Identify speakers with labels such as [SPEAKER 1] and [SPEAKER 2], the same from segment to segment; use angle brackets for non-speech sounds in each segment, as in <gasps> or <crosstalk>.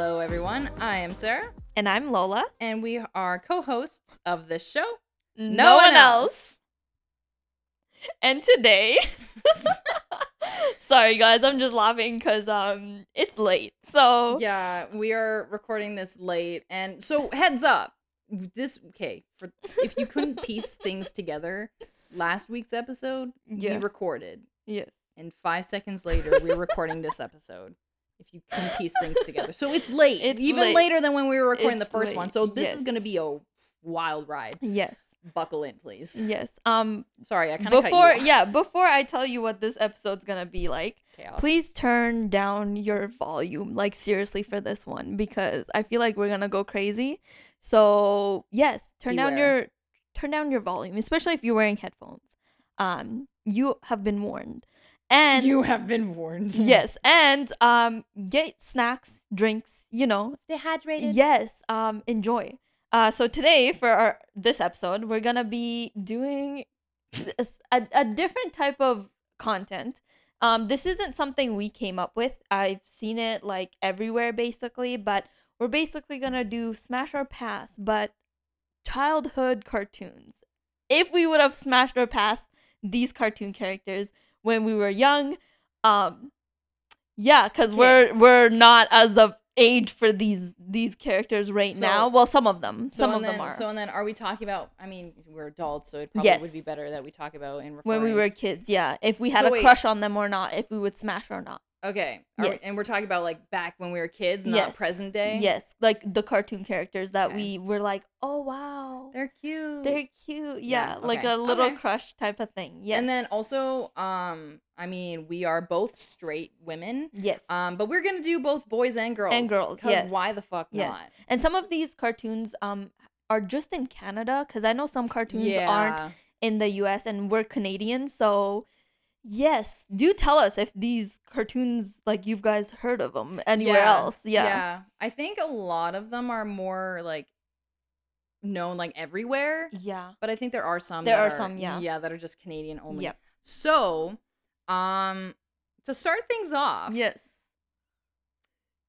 [SPEAKER 1] everyone. I am Sarah,
[SPEAKER 2] And I'm Lola.
[SPEAKER 1] and we are co hosts of this show.
[SPEAKER 2] No,
[SPEAKER 1] one
[SPEAKER 2] And today, <laughs> sorry guys, I'm just laughing because um, it's late. So
[SPEAKER 1] Yeah, we are recording this late. And so, heads up this, okay, for, if you
[SPEAKER 2] <laughs>
[SPEAKER 1] couldn't piece things together, last week's episode,
[SPEAKER 2] Yeah.
[SPEAKER 1] we recorded.
[SPEAKER 2] yes,
[SPEAKER 1] And five seconds later, we're recording this episode. If you can piece things together. So it's late,
[SPEAKER 2] It's
[SPEAKER 1] even
[SPEAKER 2] late.
[SPEAKER 1] later than when we were recording
[SPEAKER 2] It's
[SPEAKER 1] the first one.
[SPEAKER 2] late,
[SPEAKER 1] So this is
[SPEAKER 2] yes.
[SPEAKER 1] going to be a wild ride.
[SPEAKER 2] yes,
[SPEAKER 1] Buckle in, please.
[SPEAKER 2] yes. Um,
[SPEAKER 1] Sorry, I kind of cut you
[SPEAKER 2] before
[SPEAKER 1] off.
[SPEAKER 2] yeah, before I tell you what this episode's gonna be like,
[SPEAKER 1] Okay, I'll-
[SPEAKER 2] please turn down your volume like seriously for this one because i feel like we're gonna go crazy so yes turn down
[SPEAKER 1] Beware.
[SPEAKER 2] your turn down your volume especially if you're wearing headphones um you have been warned and
[SPEAKER 1] you have been warned.
[SPEAKER 2] <laughs> yes and um get snacks drinks you know
[SPEAKER 1] Stay hydrated.
[SPEAKER 2] yes um enjoy uh so today for our this episode we're gonna be doing this, a, a different type of content um this isn't something we came up with i've seen it like everywhere basically but we're basically gonna do smash or pass but childhood cartoons if we would have smashed or passed these cartoon characters when we were young um yeah because
[SPEAKER 1] Okay.
[SPEAKER 2] we're we're not as of age for these these characters right
[SPEAKER 1] So-
[SPEAKER 2] now well some of them
[SPEAKER 1] So
[SPEAKER 2] some
[SPEAKER 1] and
[SPEAKER 2] of
[SPEAKER 1] then,
[SPEAKER 2] them are
[SPEAKER 1] So and then, are we talking about? I mean, we're adults, so it probably would be
[SPEAKER 2] Yes.
[SPEAKER 1] better that we talk about in referring.
[SPEAKER 2] when we were kids yeah if we had
[SPEAKER 1] So
[SPEAKER 2] a
[SPEAKER 1] wait.
[SPEAKER 2] crush on them or not if we would smash or not
[SPEAKER 1] okay, are we- and
[SPEAKER 2] Yes.
[SPEAKER 1] we're talking about like back when we were kids, not
[SPEAKER 2] Yes.
[SPEAKER 1] present day.
[SPEAKER 2] yes like the cartoon characters that
[SPEAKER 1] Okay.
[SPEAKER 2] we were like oh wow they're,
[SPEAKER 1] they're cute.
[SPEAKER 2] cute
[SPEAKER 1] Yeah,
[SPEAKER 2] yeah, like
[SPEAKER 1] okay.
[SPEAKER 2] a little
[SPEAKER 1] Okay.
[SPEAKER 2] crush type of thing yes
[SPEAKER 1] And then also, um, I mean, we are both straight women,
[SPEAKER 2] yes
[SPEAKER 1] um, but we're gonna do both boys and girls.
[SPEAKER 2] And girls,
[SPEAKER 1] 'cause
[SPEAKER 2] yes.
[SPEAKER 1] Why the fuck
[SPEAKER 2] Yes.
[SPEAKER 1] not?
[SPEAKER 2] and some of these cartoons um are just in canada because i know some cartoons
[SPEAKER 1] yeah.
[SPEAKER 2] aren't in the US and we're Canadian, so yes, do tell us if these cartoons like you've guys heard of them anywhere
[SPEAKER 1] Yeah,
[SPEAKER 2] else. Yeah.
[SPEAKER 1] I think a lot of them are more like known like everywhere.
[SPEAKER 2] Yeah.
[SPEAKER 1] but I think there are some.
[SPEAKER 2] There
[SPEAKER 1] that
[SPEAKER 2] are some, yeah.
[SPEAKER 1] yeah, that are just Canadian only.
[SPEAKER 2] Yep.
[SPEAKER 1] So, um, to start things off,
[SPEAKER 2] Yes.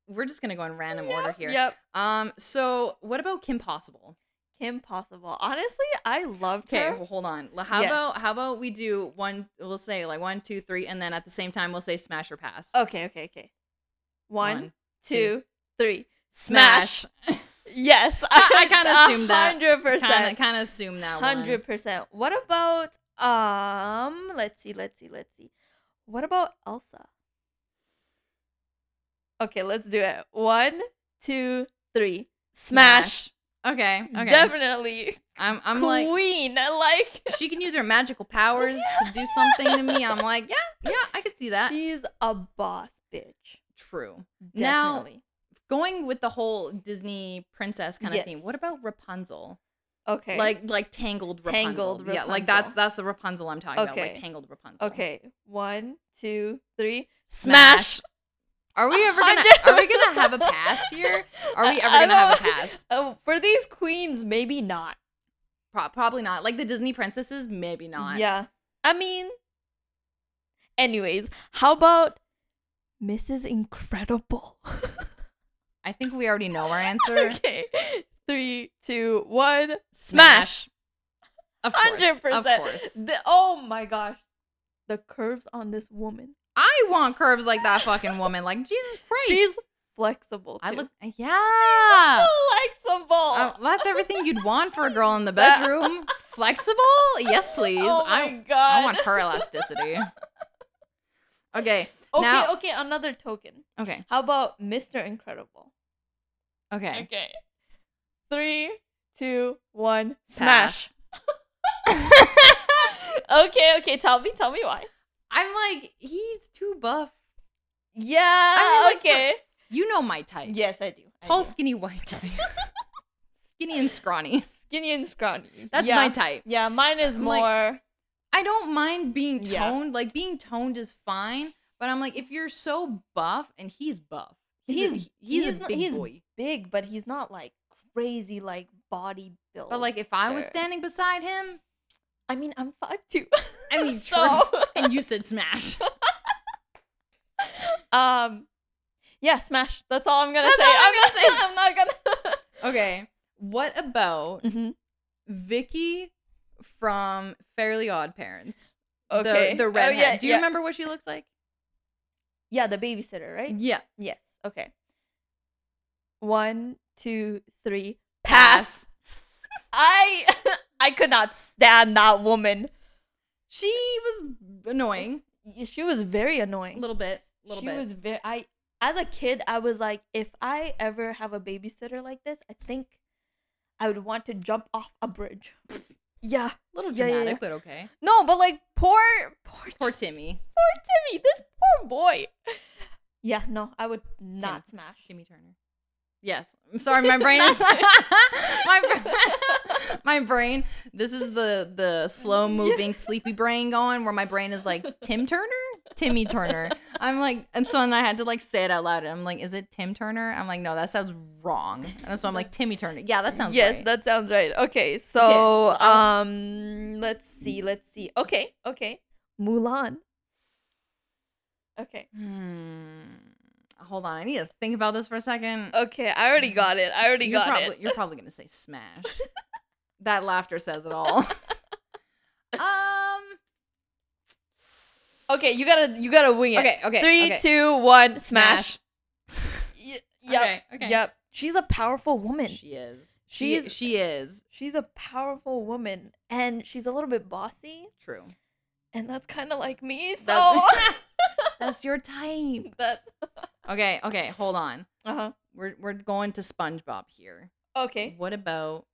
[SPEAKER 1] we're just gonna go in random order here.
[SPEAKER 2] Yep.
[SPEAKER 1] Um, so what about Kim Possible?
[SPEAKER 2] Kim Possible. Honestly, I loved
[SPEAKER 1] Okay,
[SPEAKER 2] her.
[SPEAKER 1] well, hold on. L- How
[SPEAKER 2] Yes.
[SPEAKER 1] about how about we do one? We'll say like one, two, three, and then at the same time we'll say smash or pass.
[SPEAKER 2] Okay, okay, okay. Oh, One,
[SPEAKER 1] One, two,
[SPEAKER 2] two, three.
[SPEAKER 1] Smash.
[SPEAKER 2] Yes.
[SPEAKER 1] I- I
[SPEAKER 2] <laughs>
[SPEAKER 1] kinda assumed that. Kind
[SPEAKER 2] Hundred
[SPEAKER 1] of,
[SPEAKER 2] <laughs> percent.
[SPEAKER 1] kind of assume that one.
[SPEAKER 2] Hundred percent. What about um let's see, let's see, let's see. What about Elsa? Okay, let's do it. One, two, three. Smash.
[SPEAKER 1] Okay. Mm-hmm. Okay.
[SPEAKER 2] Definitely.
[SPEAKER 1] I'm. I'm like.
[SPEAKER 2] Queen. I like
[SPEAKER 1] She can use her magical powers to do something to me. I'm like, yeah, yeah, I could see that.
[SPEAKER 2] she's a boss bitch.
[SPEAKER 1] True. Now-
[SPEAKER 2] Definitely.
[SPEAKER 1] going with the whole Disney princess kind of
[SPEAKER 2] Yes.
[SPEAKER 1] theme. What about Rapunzel?
[SPEAKER 2] okay.
[SPEAKER 1] Like like Tangled Rapunzel.
[SPEAKER 2] Tangled
[SPEAKER 1] Yeah, like
[SPEAKER 2] Rapunzel.
[SPEAKER 1] that's that's the Rapunzel I'm talking about. Like
[SPEAKER 2] Okay.
[SPEAKER 1] Tangled Rapunzel.
[SPEAKER 2] Okay. One, two, three.
[SPEAKER 1] Smash.
[SPEAKER 2] Smash.
[SPEAKER 1] Are
[SPEAKER 2] <laughs>
[SPEAKER 1] we ever gonna are we gonna have a pass here? Are we ever
[SPEAKER 2] I
[SPEAKER 1] gonna have a
[SPEAKER 2] don't-
[SPEAKER 1] pass?
[SPEAKER 2] <laughs> Oh, for these queens, maybe not.
[SPEAKER 1] Pro- probably not. Like the Disney princesses, maybe not.
[SPEAKER 2] Yeah. I mean, anyways, how about Mrs. Incredible? <laughs>
[SPEAKER 1] I think we already know our answer.
[SPEAKER 2] okay. Three, two, one.
[SPEAKER 1] Smash. Of course.
[SPEAKER 2] 100%.
[SPEAKER 1] Of course.
[SPEAKER 2] The- oh my gosh. The curves on this woman.
[SPEAKER 1] I want curves like that fucking woman. Like Jesus Christ.
[SPEAKER 2] She's flexible.
[SPEAKER 1] I
[SPEAKER 2] too. <laughs>
[SPEAKER 1] look Yeah.
[SPEAKER 2] flexible.
[SPEAKER 1] Uh, that's everything you'd want for a girl in the
[SPEAKER 2] Oh, <laughs> That-
[SPEAKER 1] bedroom. Flexible?
[SPEAKER 2] <laughs>
[SPEAKER 1] Yes, please.
[SPEAKER 2] Oh my
[SPEAKER 1] I,
[SPEAKER 2] god.
[SPEAKER 1] I want her
[SPEAKER 2] <laughs>
[SPEAKER 1] elasticity. Okay.
[SPEAKER 2] okay,
[SPEAKER 1] now-
[SPEAKER 2] okay, another token.
[SPEAKER 1] Okay.
[SPEAKER 2] How about Mr. Incredible?
[SPEAKER 1] Okay.
[SPEAKER 2] Okay. Three, two, one, smash.
[SPEAKER 1] Pass.
[SPEAKER 2] <laughs> okay, okay. Tell me, tell me why.
[SPEAKER 1] I'm like, he's too buff.
[SPEAKER 2] Yeah.
[SPEAKER 1] mean, like, for-
[SPEAKER 2] okay.
[SPEAKER 1] You know my type.
[SPEAKER 2] yes, I do. I
[SPEAKER 1] Tall,
[SPEAKER 2] do.
[SPEAKER 1] skinny, white.
[SPEAKER 2] <laughs>
[SPEAKER 1] skinny and scrawny.
[SPEAKER 2] skinny and scrawny.
[SPEAKER 1] That's
[SPEAKER 2] yeah.
[SPEAKER 1] my type.
[SPEAKER 2] Yeah, mine is
[SPEAKER 1] I'm like-
[SPEAKER 2] more.
[SPEAKER 1] I don't mind being
[SPEAKER 2] Yeah.
[SPEAKER 1] toned. Like being toned is fine. But I'm like, if you're so buff, and he's buff. He's
[SPEAKER 2] He's-
[SPEAKER 1] he's,
[SPEAKER 2] he's
[SPEAKER 1] a
[SPEAKER 2] not-
[SPEAKER 1] big
[SPEAKER 2] he's
[SPEAKER 1] boy.
[SPEAKER 2] big, but he's not like crazy, like body build.
[SPEAKER 1] But like, if I was
[SPEAKER 2] Sure.
[SPEAKER 1] standing beside him,
[SPEAKER 2] I mean, I'm five two.
[SPEAKER 1] I <laughs> mean,
[SPEAKER 2] <laughs> so
[SPEAKER 1] true. and you said smash.
[SPEAKER 2] um, yeah, smash. That's all I'm gonna
[SPEAKER 1] That's
[SPEAKER 2] say.
[SPEAKER 1] all I'm
[SPEAKER 2] I'm,
[SPEAKER 1] gonna
[SPEAKER 2] not,
[SPEAKER 1] say.
[SPEAKER 2] <laughs> I'm
[SPEAKER 1] <laughs>
[SPEAKER 2] not
[SPEAKER 1] Okay. What about
[SPEAKER 2] Mhm.
[SPEAKER 1] Vicky from Fairly Odd Parents?
[SPEAKER 2] Okay.
[SPEAKER 1] The, the
[SPEAKER 2] Oh,
[SPEAKER 1] redhead.
[SPEAKER 2] yeah,
[SPEAKER 1] Do you
[SPEAKER 2] yeah.
[SPEAKER 1] remember what she looks like?
[SPEAKER 2] Yeah, the babysitter, right?
[SPEAKER 1] Yeah.
[SPEAKER 2] Yes. Okay. One, two, three.
[SPEAKER 1] Pass.
[SPEAKER 2] I <laughs> I could not stand that woman.
[SPEAKER 1] She was annoying.
[SPEAKER 2] She was very annoying.
[SPEAKER 1] A little bit. A little
[SPEAKER 2] she
[SPEAKER 1] bit.
[SPEAKER 2] was very. I as a kid, I was like, if I ever have a babysitter like this, I think I would want to jump off a bridge. yeah.
[SPEAKER 1] a little
[SPEAKER 2] Yeah, yeah,
[SPEAKER 1] dramatic,
[SPEAKER 2] yeah.
[SPEAKER 1] but okay.
[SPEAKER 2] No, but like poor, poor,
[SPEAKER 1] Poor Timmy.
[SPEAKER 2] poor Timmy. This poor boy. Yeah. No, I would not smash.
[SPEAKER 1] Timmy Turner. Yes. I'm sorry, my brain
[SPEAKER 2] <laughs>
[SPEAKER 1] is <laughs> my br- <laughs> my brain. This is the the slow
[SPEAKER 2] <laughs>
[SPEAKER 1] moving sleepy brain going where my brain is like Tim Turner, Timmy Turner. I'm like, and so and I had to like say it out loud. And I'm like, is it Tim Turner? I'm like, no, that sounds wrong. And so I'm like, Timmy Turner. Yeah, that sounds
[SPEAKER 2] yes
[SPEAKER 1] right.
[SPEAKER 2] that sounds right okay so
[SPEAKER 1] Okay.
[SPEAKER 2] um let's see let's see okay okay mulan okay
[SPEAKER 1] Hmm. Hold on, I need to think about this for a second.
[SPEAKER 2] okay i already got it i already
[SPEAKER 1] you're
[SPEAKER 2] got
[SPEAKER 1] probably,
[SPEAKER 2] it
[SPEAKER 1] You're probably gonna say
[SPEAKER 2] <laughs>
[SPEAKER 1] smash. that laughter says it all. um.
[SPEAKER 2] okay you gotta you gotta wing it
[SPEAKER 1] Okay. Okay.
[SPEAKER 2] Three, two, one,
[SPEAKER 1] okay.
[SPEAKER 2] smash, <laughs> Y- yep
[SPEAKER 1] Okay, okay.
[SPEAKER 2] yep she's a powerful woman
[SPEAKER 1] She is. She
[SPEAKER 2] She's-
[SPEAKER 1] she is
[SPEAKER 2] she's a powerful woman and she's a little bit bossy
[SPEAKER 1] true.
[SPEAKER 2] and that's kind of like me so <laughs>
[SPEAKER 1] That's- <laughs> That's your type.
[SPEAKER 2] that's
[SPEAKER 1] Okay. Okay. Hold on.
[SPEAKER 2] uh-huh
[SPEAKER 1] We're we're going to SpongeBob here.
[SPEAKER 2] okay
[SPEAKER 1] What about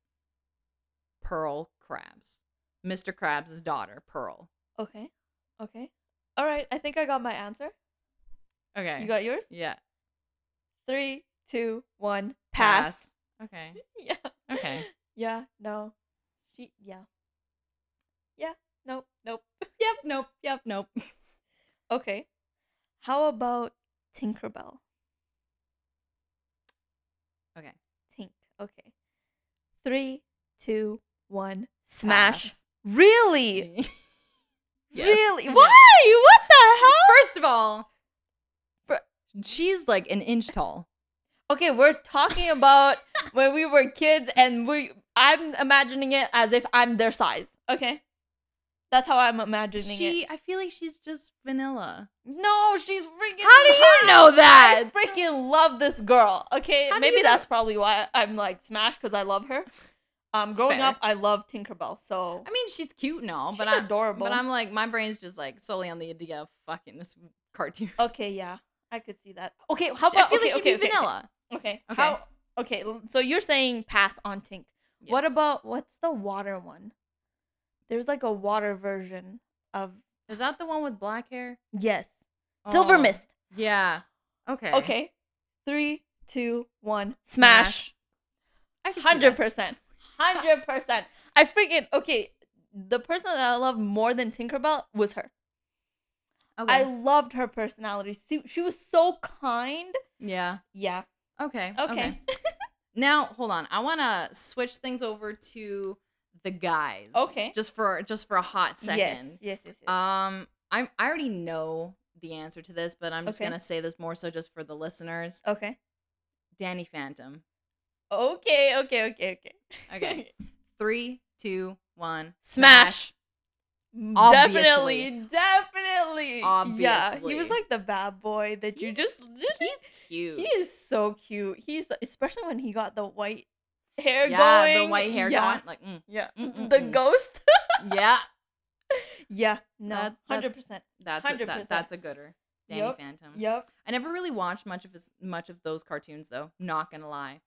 [SPEAKER 1] Pearl Krabs? Mr. Krabs' daughter, Pearl.
[SPEAKER 2] okay okay all right i think i got my answer
[SPEAKER 1] Okay.
[SPEAKER 2] you got yours
[SPEAKER 1] yeah.
[SPEAKER 2] Three, two, one, pass. <laughs>
[SPEAKER 1] Okay.
[SPEAKER 2] Yeah.
[SPEAKER 1] Okay.
[SPEAKER 2] Yeah. No. She. Yeah. Yeah. Nope. Nope.
[SPEAKER 1] <laughs> yep. Nope. Yep. Nope.
[SPEAKER 2] Okay. How about Tinkerbell?
[SPEAKER 1] Okay.
[SPEAKER 2] Tink. Okay. Three, two, one,
[SPEAKER 1] <laughs>
[SPEAKER 2] smash.
[SPEAKER 1] Pass.
[SPEAKER 2] Really?
[SPEAKER 1] Yes.
[SPEAKER 2] Really? <laughs>
[SPEAKER 1] Yeah.
[SPEAKER 2] Why? What the
[SPEAKER 1] First of all,
[SPEAKER 2] Bru-
[SPEAKER 1] she's like an inch tall.
[SPEAKER 2] hell? Okay, we're talking <laughs> about when we were kids, and we. I'm imagining it as if I'm their size. Okay. That's how I'm imagining it.
[SPEAKER 1] She, I feel like she's just vanilla.
[SPEAKER 2] No, she's freaking.
[SPEAKER 1] How do you
[SPEAKER 2] hot.
[SPEAKER 1] know that?
[SPEAKER 2] <laughs> I freaking love this girl. Okay,
[SPEAKER 1] How do
[SPEAKER 2] maybe
[SPEAKER 1] you know-
[SPEAKER 2] that's probably why I'm like smashed because I love her. Um, growing
[SPEAKER 1] Fair.
[SPEAKER 2] up, I loved Tinkerbell, so
[SPEAKER 1] I mean, she's cute and all, but
[SPEAKER 2] she's
[SPEAKER 1] I'm,
[SPEAKER 2] adorable.
[SPEAKER 1] but I'm like, my brain's just like solely on the idea of fucking this <laughs> cartoon.
[SPEAKER 2] okay. Yeah, I could see that. Okay, how about
[SPEAKER 1] I feel
[SPEAKER 2] okay,
[SPEAKER 1] like she'd
[SPEAKER 2] okay,
[SPEAKER 1] be
[SPEAKER 2] okay,
[SPEAKER 1] vanilla.
[SPEAKER 2] Okay, okay.
[SPEAKER 1] Okay.
[SPEAKER 2] How, okay, l- so you're saying pass on Tink. What
[SPEAKER 1] Yes.
[SPEAKER 2] about what's the water one? There's like a water version of
[SPEAKER 1] Is that the one with black hair?
[SPEAKER 2] yes, Silver
[SPEAKER 1] Oh,
[SPEAKER 2] Mist.
[SPEAKER 1] Yeah. Okay.
[SPEAKER 2] Okay, three, two, one, smash.
[SPEAKER 1] I can see
[SPEAKER 2] Hundred
[SPEAKER 1] that.
[SPEAKER 2] percent. Hundred percent. I freaking okay. The person that I love more than Tinkerbell was her.
[SPEAKER 1] Okay.
[SPEAKER 2] I loved her personality. She, she was so kind.
[SPEAKER 1] yeah.
[SPEAKER 2] Yeah.
[SPEAKER 1] Okay.
[SPEAKER 2] Okay.
[SPEAKER 1] Okay. Now, hold on. I want to switch things over to the guys.
[SPEAKER 2] Okay.
[SPEAKER 1] Just for just for a hot second.
[SPEAKER 2] Yes. Yes. Yes. yes.
[SPEAKER 1] Um, I I already know the answer to this, but I'm just
[SPEAKER 2] Okay.
[SPEAKER 1] gonna say this more so just for the listeners.
[SPEAKER 2] okay.
[SPEAKER 1] Danny Phantom.
[SPEAKER 2] Okay. Okay. Okay. Okay. <laughs>
[SPEAKER 1] Okay. Three, two, one.
[SPEAKER 2] Smash.
[SPEAKER 1] Obviously.
[SPEAKER 2] Definitely. Definitely. Yeah. He
[SPEAKER 1] Obviously.
[SPEAKER 2] was like the bad boy that you just.
[SPEAKER 1] He's cute.
[SPEAKER 2] He is so cute. He's especially when he got the white hair
[SPEAKER 1] yeah,
[SPEAKER 2] going.
[SPEAKER 1] the white hair
[SPEAKER 2] yeah.
[SPEAKER 1] going. Like, mm,
[SPEAKER 2] Yeah.
[SPEAKER 1] Mm, mm,
[SPEAKER 2] The
[SPEAKER 1] mm.
[SPEAKER 2] ghost.
[SPEAKER 1] yeah,
[SPEAKER 2] Yeah, no,
[SPEAKER 1] That- that-
[SPEAKER 2] hundred percent.
[SPEAKER 1] that's a, that,
[SPEAKER 2] 100%.
[SPEAKER 1] that's a gooder. Danny
[SPEAKER 2] Yup,
[SPEAKER 1] Phantom.
[SPEAKER 2] Yep.
[SPEAKER 1] I never really watched much of his much of those cartoons though. Not gonna lie,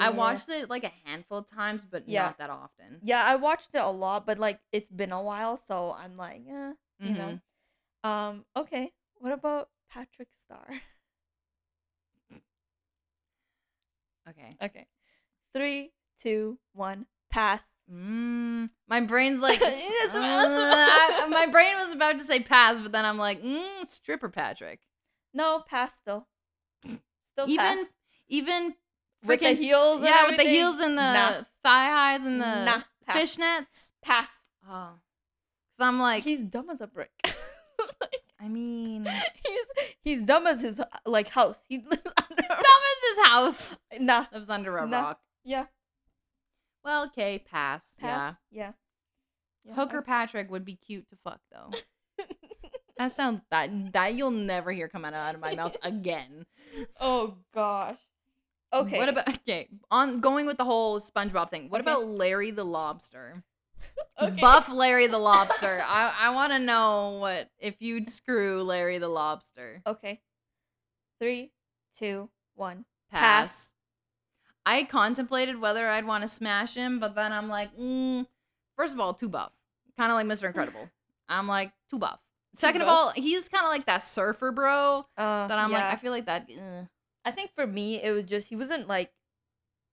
[SPEAKER 1] I watched it like a handful of times, but
[SPEAKER 2] Yeah.
[SPEAKER 1] not that often.
[SPEAKER 2] Yeah, I watched it a lot, but like it's been a while, so I'm like, eh,
[SPEAKER 1] Mhm.
[SPEAKER 2] you know. Um. Okay. What about Patrick <laughs> Star?
[SPEAKER 1] Okay.
[SPEAKER 2] Okay. Three, two, one. Pass.
[SPEAKER 1] Mm, my
[SPEAKER 2] <laughs>
[SPEAKER 1] brain's like, s-
[SPEAKER 2] Yes,
[SPEAKER 1] uh,
[SPEAKER 2] yes.
[SPEAKER 1] I- my brain was about to say pass, but then I'm like, mm, stripper Patrick.
[SPEAKER 2] No, pass still. Still pass.
[SPEAKER 1] Even even
[SPEAKER 2] with the
[SPEAKER 1] freaking-
[SPEAKER 2] heels. and
[SPEAKER 1] yeah, with the
[SPEAKER 2] everything?
[SPEAKER 1] heels and the
[SPEAKER 2] Nah.
[SPEAKER 1] thigh highs and the
[SPEAKER 2] nah, pass.
[SPEAKER 1] fishnets.
[SPEAKER 2] pass.
[SPEAKER 1] Oh, so I'm like,
[SPEAKER 2] Like he's dumb as a
[SPEAKER 1] <laughs>
[SPEAKER 2] brick. <laughs>
[SPEAKER 1] I mean, <laughs> dumb
[SPEAKER 2] he's he's dumb as his like house. He lives <laughs> under. a
[SPEAKER 1] as his house.
[SPEAKER 2] rock. Nah.
[SPEAKER 1] Lives under a
[SPEAKER 2] Nah.
[SPEAKER 1] rock.
[SPEAKER 2] Yeah.
[SPEAKER 1] Well, okay, pass.
[SPEAKER 2] Pass. Yeah.
[SPEAKER 1] Yeah. Hooker Patrick would be cute to fuck
[SPEAKER 2] <laughs>
[SPEAKER 1] though. that sounds that that you'll never hear come out out of my
[SPEAKER 2] <laughs>
[SPEAKER 1] mouth again.
[SPEAKER 2] Oh gosh. Okay.
[SPEAKER 1] What about okay? On going with the whole SpongeBob thing. What
[SPEAKER 2] Okay.
[SPEAKER 1] about Larry the Lobster?
[SPEAKER 2] okay.
[SPEAKER 1] Buff Larry the Lobster. I I want to know what if you'd screw Larry the Lobster.
[SPEAKER 2] Okay. Three, two, one. Pass.
[SPEAKER 1] Pass. I contemplated whether I'd want to smash him, but then I'm like, mm, first of all, too buff. Kind of like Mr.
[SPEAKER 2] <laughs>
[SPEAKER 1] Incredible. I'm like, too buff. Second of
[SPEAKER 2] buff?
[SPEAKER 1] all, he's kind of like that surfer bro
[SPEAKER 2] Uh,
[SPEAKER 1] that I'm
[SPEAKER 2] yeah.
[SPEAKER 1] like, I feel like that. eh.
[SPEAKER 2] I think for me, it was just he wasn't like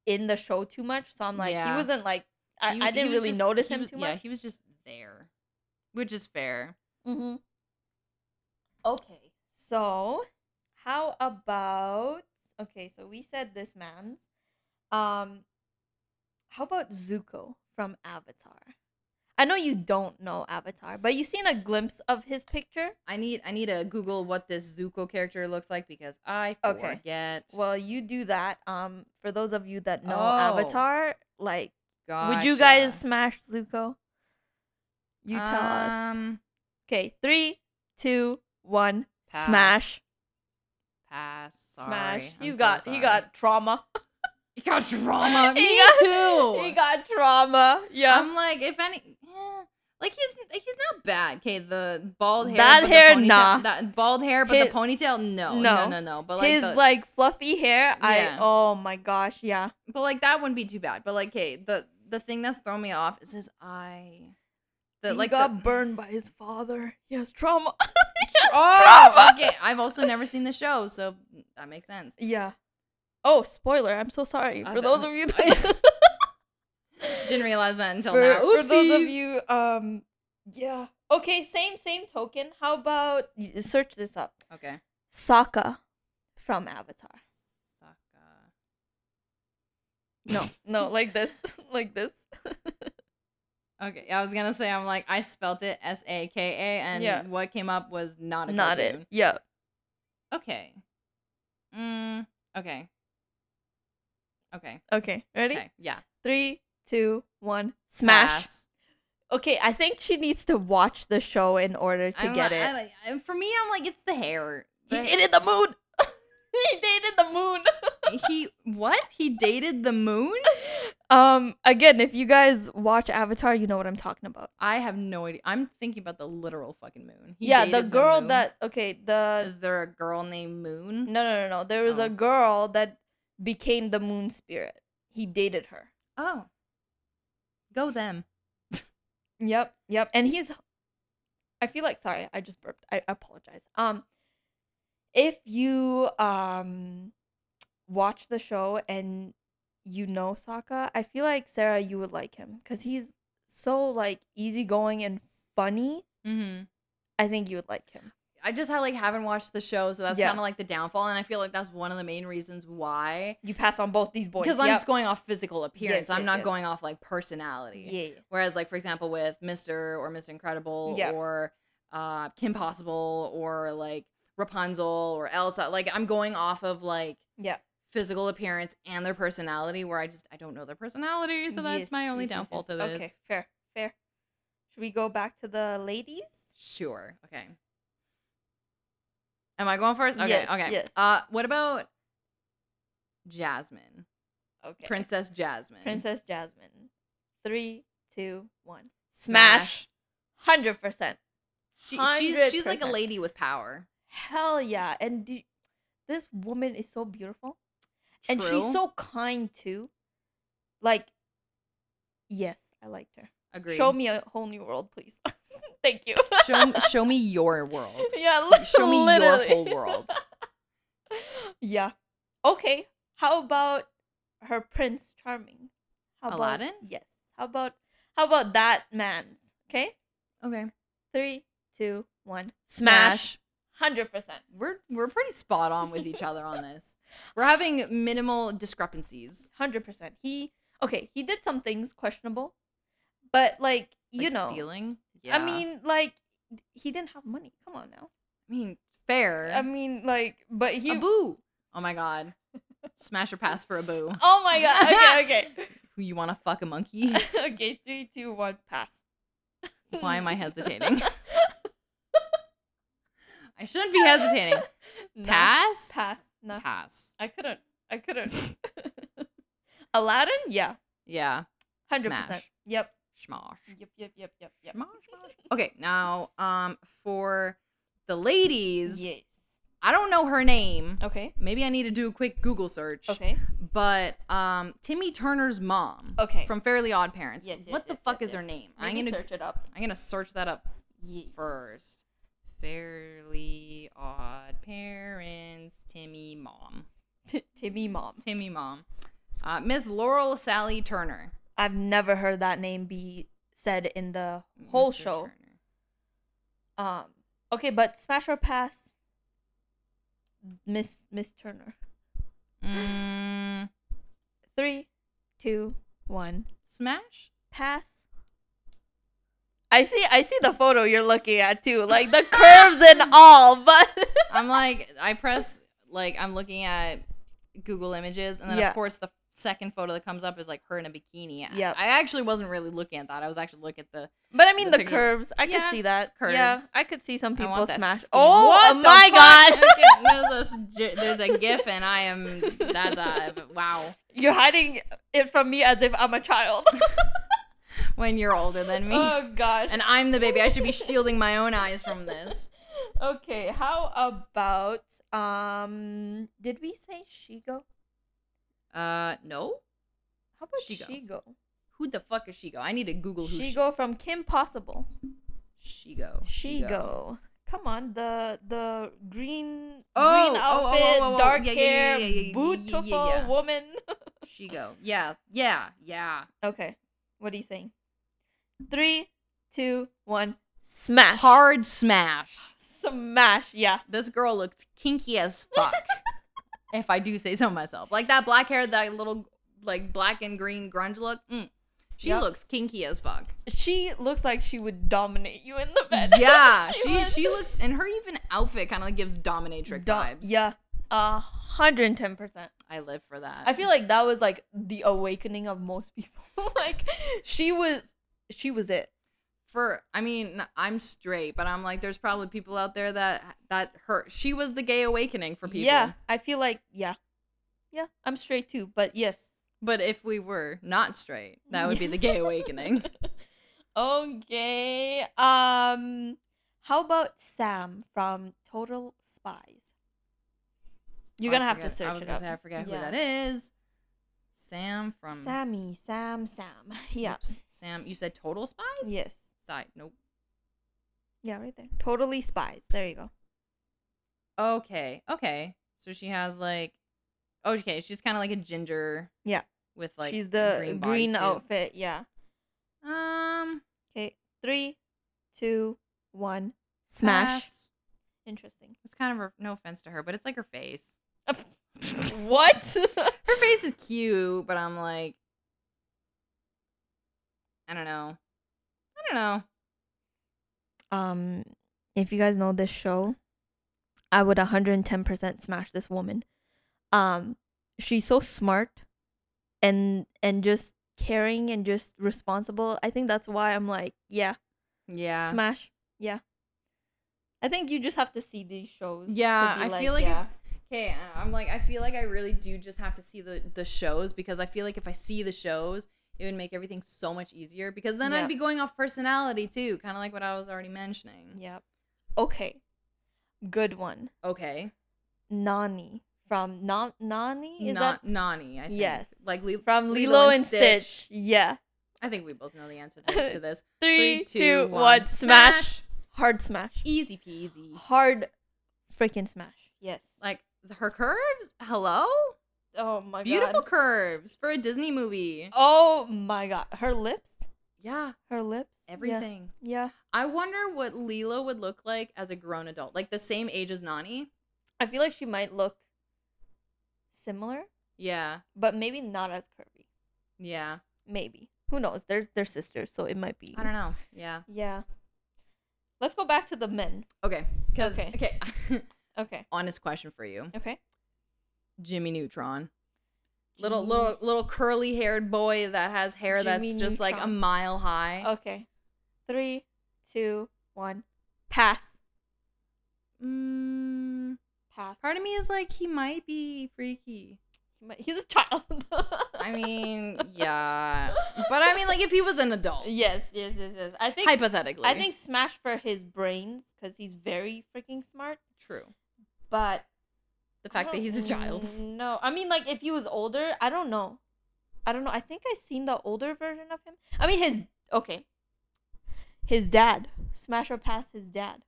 [SPEAKER 2] in the show too much, so I'm like
[SPEAKER 1] Yeah.
[SPEAKER 2] he wasn't like I,
[SPEAKER 1] He-
[SPEAKER 2] I
[SPEAKER 1] he
[SPEAKER 2] didn't
[SPEAKER 1] was
[SPEAKER 2] really
[SPEAKER 1] just-
[SPEAKER 2] notice
[SPEAKER 1] he
[SPEAKER 2] him
[SPEAKER 1] was-
[SPEAKER 2] too
[SPEAKER 1] Yeah,
[SPEAKER 2] much.
[SPEAKER 1] he was just there, which is fair.
[SPEAKER 2] Mm-hmm. Okay, so how about okay? So we said this man's. Um, how about Zuko from Avatar? I know you don't know Avatar, but you seen a glimpse of his picture.
[SPEAKER 1] I need I need to Google what this Zuko character looks like because I
[SPEAKER 2] Okay.
[SPEAKER 1] forget.
[SPEAKER 2] Well, you do that. Um, for those of you that know
[SPEAKER 1] Oh.
[SPEAKER 2] Avatar, like, would you
[SPEAKER 1] Gotcha.
[SPEAKER 2] guys smash Zuko? You tell us.
[SPEAKER 1] Um,
[SPEAKER 2] Okay, three, two, one,
[SPEAKER 1] Pass.
[SPEAKER 2] smash,
[SPEAKER 1] Pass. Sorry.
[SPEAKER 2] smash.
[SPEAKER 1] I'm
[SPEAKER 2] He's
[SPEAKER 1] so
[SPEAKER 2] got he
[SPEAKER 1] sorry.
[SPEAKER 2] got trauma.
[SPEAKER 1] He <laughs> got drama.
[SPEAKER 2] He
[SPEAKER 1] Me
[SPEAKER 2] got- <laughs>
[SPEAKER 1] too.
[SPEAKER 2] he got trauma. Yeah.
[SPEAKER 1] I'm like, if any, yeah. like he's he's not bad. Okay, the bald hair,
[SPEAKER 2] Bad
[SPEAKER 1] but the
[SPEAKER 2] hair,
[SPEAKER 1] ponytail-
[SPEAKER 2] nah.
[SPEAKER 1] That bald hair, but
[SPEAKER 2] His-
[SPEAKER 1] the ponytail, no,
[SPEAKER 2] No.
[SPEAKER 1] no, no, no. But like,
[SPEAKER 2] His
[SPEAKER 1] the-
[SPEAKER 2] like fluffy hair. I
[SPEAKER 1] Yeah.
[SPEAKER 2] oh my gosh, yeah.
[SPEAKER 1] but like that wouldn't be too bad. But like, okay, the the thing that's thrown me off is his eye. The,
[SPEAKER 2] he
[SPEAKER 1] like the-
[SPEAKER 2] got burned by his father. He has trauma. <laughs>
[SPEAKER 1] Oh,
[SPEAKER 2] trauma.
[SPEAKER 1] okay. I've also never seen the show, so that makes sense.
[SPEAKER 2] Yeah. Oh, spoiler! I'm so sorry
[SPEAKER 1] I
[SPEAKER 2] for
[SPEAKER 1] don't-
[SPEAKER 2] those
[SPEAKER 1] <laughs>
[SPEAKER 2] of you that
[SPEAKER 1] Didn't realize that until
[SPEAKER 2] <laughs> for,
[SPEAKER 1] now.
[SPEAKER 2] for those of
[SPEAKER 1] Oopsies.
[SPEAKER 2] you um yeah okay same same token how about y- search this up
[SPEAKER 1] Okay.
[SPEAKER 2] Sokka from Avatar
[SPEAKER 1] Sokka.
[SPEAKER 2] no no like this <laughs> like this
[SPEAKER 1] Okay, I was gonna say I'm like I spelt it S A K A, and
[SPEAKER 2] Yeah.
[SPEAKER 1] what came up was not a
[SPEAKER 2] not
[SPEAKER 1] cartoon.
[SPEAKER 2] it yeah
[SPEAKER 1] Okay. Mm, okay. Okay.
[SPEAKER 2] okay ready
[SPEAKER 1] Okay. Yeah.
[SPEAKER 2] three two one smash
[SPEAKER 1] Pass.
[SPEAKER 2] okay I think she needs to watch the show in order to
[SPEAKER 1] I'm
[SPEAKER 2] get
[SPEAKER 1] like-
[SPEAKER 2] it
[SPEAKER 1] I like- and for me, I'm like it's the hair.
[SPEAKER 2] he
[SPEAKER 1] The-
[SPEAKER 2] dated the moon <laughs> he dated the moon
[SPEAKER 1] he what? He dated the moon?
[SPEAKER 2] um again if you guys watch Avatar you know what I'm talking about
[SPEAKER 1] I have no idea. I'm thinking about the literal fucking moon. He
[SPEAKER 2] yeah the
[SPEAKER 1] dated
[SPEAKER 2] girl
[SPEAKER 1] moon.
[SPEAKER 2] that okay the
[SPEAKER 1] is there a girl named Moon?
[SPEAKER 2] No, no, no, no. There was a
[SPEAKER 1] Oh.
[SPEAKER 2] girl that became the moon spirit. He dated her.
[SPEAKER 1] Oh. Go them.
[SPEAKER 2] Yep, yep. And he's I feel like sorry, I just burped. I apologize. Um if you um watch the show and you know Sokka, I feel like Sarah you would like him cuz he's so like easygoing and funny.
[SPEAKER 1] Mm-hmm.
[SPEAKER 2] I think you would like him.
[SPEAKER 1] I just had like haven't watched the show, so that's
[SPEAKER 2] Yeah.
[SPEAKER 1] kind of like the downfall, and I feel like that's one of the main reasons why.
[SPEAKER 2] You pass on both these boys.
[SPEAKER 1] Because I'm
[SPEAKER 2] Yep.
[SPEAKER 1] just going off physical appearance.
[SPEAKER 2] Yes,
[SPEAKER 1] I'm
[SPEAKER 2] yes,
[SPEAKER 1] not
[SPEAKER 2] yes.
[SPEAKER 1] going off like personality.
[SPEAKER 2] yeah. yeah.
[SPEAKER 1] Whereas, like for example, with Mister or Miss Incredible
[SPEAKER 2] Yeah.
[SPEAKER 1] or uh, Kim Possible or like Rapunzel or Elsa, like I'm going off of like
[SPEAKER 2] Yeah.
[SPEAKER 1] physical appearance and their personality. Where I just I don't know their personality, so that's
[SPEAKER 2] Yes,
[SPEAKER 1] my only
[SPEAKER 2] yes, yes,
[SPEAKER 1] downfall
[SPEAKER 2] yes.
[SPEAKER 1] to this.
[SPEAKER 2] Okay, fair, fair. Should we go back to the ladies?
[SPEAKER 1] Sure. Okay. Am I going first? Okay.
[SPEAKER 2] Yes,
[SPEAKER 1] okay.
[SPEAKER 2] yes.
[SPEAKER 1] Uh, what about Jasmine,
[SPEAKER 2] Okay.
[SPEAKER 1] Princess Jasmine,
[SPEAKER 2] Princess Jasmine. Three, two, one.
[SPEAKER 1] Smash.
[SPEAKER 2] Hundred percent.
[SPEAKER 1] She, she's she's like a
[SPEAKER 2] 100%.
[SPEAKER 1] lady with power,
[SPEAKER 2] Hell yeah! And do, this woman is so beautiful, and she's
[SPEAKER 1] True.
[SPEAKER 2] so kind too. Like, yes, I liked her.
[SPEAKER 1] Agreed.
[SPEAKER 2] Show me a whole new world, please. <laughs> Thank you.
[SPEAKER 1] show, show me your world.
[SPEAKER 2] <laughs> yeah,
[SPEAKER 1] Show me
[SPEAKER 2] literally.
[SPEAKER 1] your whole world.
[SPEAKER 2] <laughs> Yeah. Okay. How about her Prince Charming? How about-
[SPEAKER 1] Aladdin?
[SPEAKER 2] yes. How about how about that man's? Okay.
[SPEAKER 1] Okay.
[SPEAKER 2] Three, two, one.
[SPEAKER 1] Smash.
[SPEAKER 2] Hundred percent.
[SPEAKER 1] We're we're pretty spot on with each other on
[SPEAKER 2] <laughs>
[SPEAKER 1] this. We're having minimal discrepancies.
[SPEAKER 2] Hundred percent. He okay. He did some things questionable, but like you
[SPEAKER 1] Like
[SPEAKER 2] know,
[SPEAKER 1] stealing.
[SPEAKER 2] I mean, like he didn't have money. Come on now.
[SPEAKER 1] I mean, fair.
[SPEAKER 2] I mean, like, but he. <laughs>
[SPEAKER 1] Abu. Oh my god. Smash or pass for a boo.
[SPEAKER 2] Oh
[SPEAKER 1] <laughs>
[SPEAKER 2] my god. Okay,
[SPEAKER 1] Who you want to fuck a
[SPEAKER 2] <laughs>
[SPEAKER 1] monkey?
[SPEAKER 2] okay. okay, three, two, one, pass.
[SPEAKER 1] Why am I
[SPEAKER 2] <laughs>
[SPEAKER 1] hesitating? I shouldn't be hesitating.
[SPEAKER 2] <laughs> No,
[SPEAKER 1] Pass.
[SPEAKER 2] Pass. No.
[SPEAKER 1] Pass.
[SPEAKER 2] I couldn't.
[SPEAKER 1] <laughs>
[SPEAKER 2] I couldn't. <laughs> Aladdin? Yeah.
[SPEAKER 1] Yeah.
[SPEAKER 2] 100%.
[SPEAKER 1] Smash.
[SPEAKER 2] Yep.
[SPEAKER 1] Schmosh.
[SPEAKER 2] Yep, yep, yep, yep, yep.
[SPEAKER 1] Schmosh. schmosh. Okay, now um for the ladies,
[SPEAKER 2] Yes.
[SPEAKER 1] I don't know her name.
[SPEAKER 2] Okay.
[SPEAKER 1] Maybe I need to do a quick Google search.
[SPEAKER 2] Okay.
[SPEAKER 1] But um Timmy Turner's mom
[SPEAKER 2] Okay.
[SPEAKER 1] from Fairly Odd Parents.
[SPEAKER 2] Yes, yes,
[SPEAKER 1] what the
[SPEAKER 2] yes,
[SPEAKER 1] fuck
[SPEAKER 2] yes,
[SPEAKER 1] is her
[SPEAKER 2] yes.
[SPEAKER 1] name?
[SPEAKER 2] Let
[SPEAKER 1] I'm
[SPEAKER 2] me
[SPEAKER 1] gonna
[SPEAKER 2] search it up.
[SPEAKER 1] I'm gonna search that up
[SPEAKER 2] Yes.
[SPEAKER 1] first. Fairly Odd Parents, Timmy Mom.
[SPEAKER 2] T- Timmy mom.
[SPEAKER 1] Timmy Mom. Uh, Miss Laurel Sally Turner.
[SPEAKER 2] I've never heard that name be said in the whole
[SPEAKER 1] Mr.
[SPEAKER 2] show.
[SPEAKER 1] Turner.
[SPEAKER 2] Um. Okay, but smash or pass. Miss Miss Turner. <laughs>
[SPEAKER 1] Mm,
[SPEAKER 2] Three, two, one.
[SPEAKER 1] smash?
[SPEAKER 2] Pass. I see. I see the photo you're looking at too, like the curves and <laughs> all. But
[SPEAKER 1] I'm like, I press, like, I'm looking at Google Images, and then
[SPEAKER 2] Yeah.
[SPEAKER 1] of course the second photo that comes up is like her in a bikini. I-
[SPEAKER 2] Yep.
[SPEAKER 1] I actually wasn't really looking at that. I was actually looking at the.
[SPEAKER 2] but I mean
[SPEAKER 1] The
[SPEAKER 2] the,
[SPEAKER 1] picture-
[SPEAKER 2] curves. I could
[SPEAKER 1] Yeah,
[SPEAKER 2] see that. Yeah,
[SPEAKER 1] curves.
[SPEAKER 2] I could see some
[SPEAKER 1] I
[SPEAKER 2] people
[SPEAKER 1] want that
[SPEAKER 2] smash.
[SPEAKER 1] skin.
[SPEAKER 2] Oh,
[SPEAKER 1] What the
[SPEAKER 2] my
[SPEAKER 1] fuck?
[SPEAKER 2] god!
[SPEAKER 1] <laughs> Okay, there's a, j- there's a GIF, and I am that. Uh, wow.
[SPEAKER 2] <laughs> You're hiding it from me as if I'm a
[SPEAKER 1] <laughs>
[SPEAKER 2] child.
[SPEAKER 1] When you're older than me,
[SPEAKER 2] oh gosh.
[SPEAKER 1] and I'm the baby, I should be shielding my own eyes from this.
[SPEAKER 2] Okay, how about um did we say Shigo?
[SPEAKER 1] Uh, no.
[SPEAKER 2] How about
[SPEAKER 1] Shigo.
[SPEAKER 2] Shigo?
[SPEAKER 1] Who the fuck is Shigo? I need to Google who Shigo.
[SPEAKER 2] Shigo from Kim Possible.
[SPEAKER 1] Shigo.
[SPEAKER 2] Shigo. Come on, the the green
[SPEAKER 1] Oh, oh,
[SPEAKER 2] green
[SPEAKER 1] oh, oh,
[SPEAKER 2] outfit,
[SPEAKER 1] oh, oh,
[SPEAKER 2] dark
[SPEAKER 1] yeah, yeah, yeah, yeah,
[SPEAKER 2] hair,
[SPEAKER 1] yeah, yeah, yeah, yeah,
[SPEAKER 2] beautiful
[SPEAKER 1] yeah.
[SPEAKER 2] woman. <laughs>
[SPEAKER 1] Shigo. Yeah. Yeah. Yeah.
[SPEAKER 2] Okay. What are you saying? Three, two, one, smash.
[SPEAKER 1] Hard smash.
[SPEAKER 2] Smash, yeah.
[SPEAKER 1] This girl looks kinky <laughs> as fuck. if I do say so myself. Like that black hair, that little like black and green grunge look. Mm. She
[SPEAKER 2] Yep.
[SPEAKER 1] looks kinky as fuck.
[SPEAKER 2] She looks like she would dominate you in the <laughs> bed.
[SPEAKER 1] Yeah,
[SPEAKER 2] She
[SPEAKER 1] she
[SPEAKER 2] would.
[SPEAKER 1] she looks and her even outfit kind of like gives dominatrix
[SPEAKER 2] Dom-
[SPEAKER 1] vibes.
[SPEAKER 2] Yeah. A hundred and ten percent.
[SPEAKER 1] I live for that.
[SPEAKER 2] I feel like that was like the awakening of most people. <laughs> like she was she was it.
[SPEAKER 1] for I mean I'm straight, but I'm like there's probably people out there that that her she was the gay awakening for people.
[SPEAKER 2] Yeah. I feel like yeah. Yeah. I'm straight too, but yes.
[SPEAKER 1] But if we were not straight, that would be the
[SPEAKER 2] <laughs>
[SPEAKER 1] gay awakening.
[SPEAKER 2] Okay. Um how about Sam from Total Spies? You're
[SPEAKER 1] Oh, I
[SPEAKER 2] gonna have to
[SPEAKER 1] forget-
[SPEAKER 2] search
[SPEAKER 1] I was
[SPEAKER 2] it
[SPEAKER 1] gonna
[SPEAKER 2] up.
[SPEAKER 1] say I forget
[SPEAKER 2] Yeah.
[SPEAKER 1] who that is. Sam from
[SPEAKER 2] Sammy, Sam, Sam. <laughs> Yeah.
[SPEAKER 1] Oops, Sam. You said total spies.
[SPEAKER 2] Yes.
[SPEAKER 1] Side. Nope.
[SPEAKER 2] Yeah, right there. Totally spies. There you go.
[SPEAKER 1] Okay. Okay. So she has like. Okay, she's kind of like a ginger.
[SPEAKER 2] Yeah.
[SPEAKER 1] With like.
[SPEAKER 2] She's
[SPEAKER 1] a
[SPEAKER 2] the green,
[SPEAKER 1] bodysuit.
[SPEAKER 2] outfit, yeah.
[SPEAKER 1] Um.
[SPEAKER 2] Okay, three, two, one, smash.
[SPEAKER 1] pass.
[SPEAKER 2] <laughs> Interesting.
[SPEAKER 1] It's kind of her, no offense to her, but it's like her face. <laughs>
[SPEAKER 2] what? <laughs>
[SPEAKER 1] Her face is cute, but I'm like. I don't know. I don't know.
[SPEAKER 2] um, if you guys know this show, I would 110% smash this woman. Um, she's so smart, and and just caring and just responsible. I think that's why I'm like, yeah,
[SPEAKER 1] Yeah.
[SPEAKER 2] smash, yeah. I think you just have to see these shows. to
[SPEAKER 1] Yeah,
[SPEAKER 2] be
[SPEAKER 1] I feel like if- Okay, uh, I'm like I feel like I really do just have to see the the shows because I feel like if I see the shows, it would make everything so much easier because then
[SPEAKER 2] Yeah.
[SPEAKER 1] I'd be going off personality too, kind of like what I was already mentioning.
[SPEAKER 2] yeah. Okay, good one.
[SPEAKER 1] Okay.
[SPEAKER 2] Nani from Na- Nani is
[SPEAKER 1] Not Nani, I think.
[SPEAKER 2] Yes.
[SPEAKER 1] Like Le-
[SPEAKER 2] that from Lilo, and Stitch. Yeah.
[SPEAKER 1] I think we both know the answer to to this.
[SPEAKER 2] <laughs> Three, two, one, Smash. Hard smash.
[SPEAKER 1] Easy peasy.
[SPEAKER 2] Hard freaking smash. Yes.
[SPEAKER 1] Like her curves? Hello?
[SPEAKER 2] oh my
[SPEAKER 1] Beautiful
[SPEAKER 2] god.
[SPEAKER 1] curves for a Disney movie.
[SPEAKER 2] Oh my god. Her lips?
[SPEAKER 1] Yeah,
[SPEAKER 2] Her lips? Yeah.
[SPEAKER 1] everything.
[SPEAKER 2] Yeah.
[SPEAKER 1] I wonder what Lilo would look like as a grown adult, like the same age as Nani.
[SPEAKER 2] I feel like she might look similar,
[SPEAKER 1] Yeah,
[SPEAKER 2] but maybe not as curvy.
[SPEAKER 1] yeah.
[SPEAKER 2] Maybe. Who knows? They're they're sisters, so it might be
[SPEAKER 1] I don't know. Yeah.
[SPEAKER 2] Yeah. Let's go back to the men.
[SPEAKER 1] Okay. Because
[SPEAKER 2] Okay.
[SPEAKER 1] okay. <laughs>
[SPEAKER 2] Okay.
[SPEAKER 1] Honest question for you:
[SPEAKER 2] Okay.
[SPEAKER 1] Jimmy Neutron. Little little little curly haired boy that has hair
[SPEAKER 2] Jimmy
[SPEAKER 1] that's just like a
[SPEAKER 2] Neutron. Oh.
[SPEAKER 1] mile high.
[SPEAKER 2] Okay. Three, two, one. Pass.
[SPEAKER 1] Mm,
[SPEAKER 2] Pass.
[SPEAKER 1] part of me is like he might be freaky.
[SPEAKER 2] He's a child. <laughs>
[SPEAKER 1] I mean, <laughs> yeah. But I mean like if he was an adult.
[SPEAKER 2] yes, yes, yes, yes. I think
[SPEAKER 1] Hypothetically.
[SPEAKER 2] I think Smash for his brains because he's very freaking smart.
[SPEAKER 1] true.
[SPEAKER 2] But
[SPEAKER 1] The fact that he's a
[SPEAKER 2] <laughs>
[SPEAKER 1] child.
[SPEAKER 2] No, I mean like if he was older, I don't know. I don't know. I think I seen the older version of him. I mean his okay. His dad. Smash or pass his dad.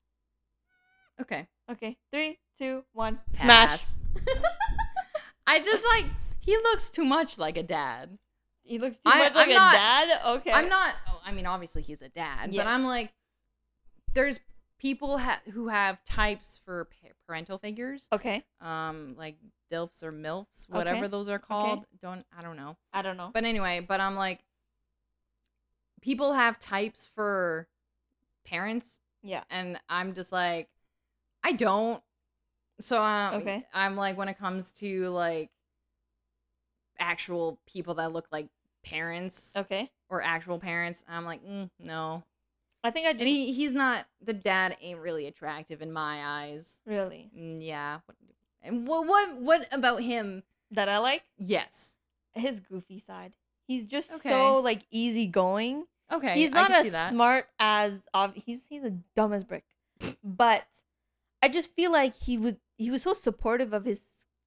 [SPEAKER 1] Okay.
[SPEAKER 2] Okay, three, two, one. Smash.
[SPEAKER 1] Pass. <laughs> I just like he looks too much like a dad.
[SPEAKER 2] He looks too
[SPEAKER 1] I-
[SPEAKER 2] much like
[SPEAKER 1] I'm
[SPEAKER 2] a
[SPEAKER 1] not-
[SPEAKER 2] dad. Okay.
[SPEAKER 1] I'm not. oh, I mean, obviously he's a dad,
[SPEAKER 2] Yes.
[SPEAKER 1] but I'm like, there's people ha- who have types for pa- parental figures,
[SPEAKER 2] Okay.
[SPEAKER 1] um, like DILFs or MILFs, whatever
[SPEAKER 2] Okay.
[SPEAKER 1] those are called. Don't I don't know.
[SPEAKER 2] I don't know.
[SPEAKER 1] But anyway, but I'm like, people have types for parents,
[SPEAKER 2] yeah.
[SPEAKER 1] and I'm just like, I don't. So um,
[SPEAKER 2] Okay.
[SPEAKER 1] I'm like, when it comes to like actual people that look like parents,
[SPEAKER 2] Okay.
[SPEAKER 1] or actual parents. I'm like, mm, no.
[SPEAKER 2] I think I
[SPEAKER 1] And
[SPEAKER 2] just
[SPEAKER 1] he, he's not, the dad ain't really attractive in my eyes.
[SPEAKER 2] really
[SPEAKER 1] Mm, yeah. And what, what, what about him?
[SPEAKER 2] that I like
[SPEAKER 1] Yes.
[SPEAKER 2] his goofy side. He's just so
[SPEAKER 1] Okay.
[SPEAKER 2] like easygoing.
[SPEAKER 1] Okay.
[SPEAKER 2] he's
[SPEAKER 1] I
[SPEAKER 2] not
[SPEAKER 1] can see
[SPEAKER 2] as
[SPEAKER 1] that.
[SPEAKER 2] smart as ob- he's he's a dumb as brick. but I just feel like he would he was so supportive of his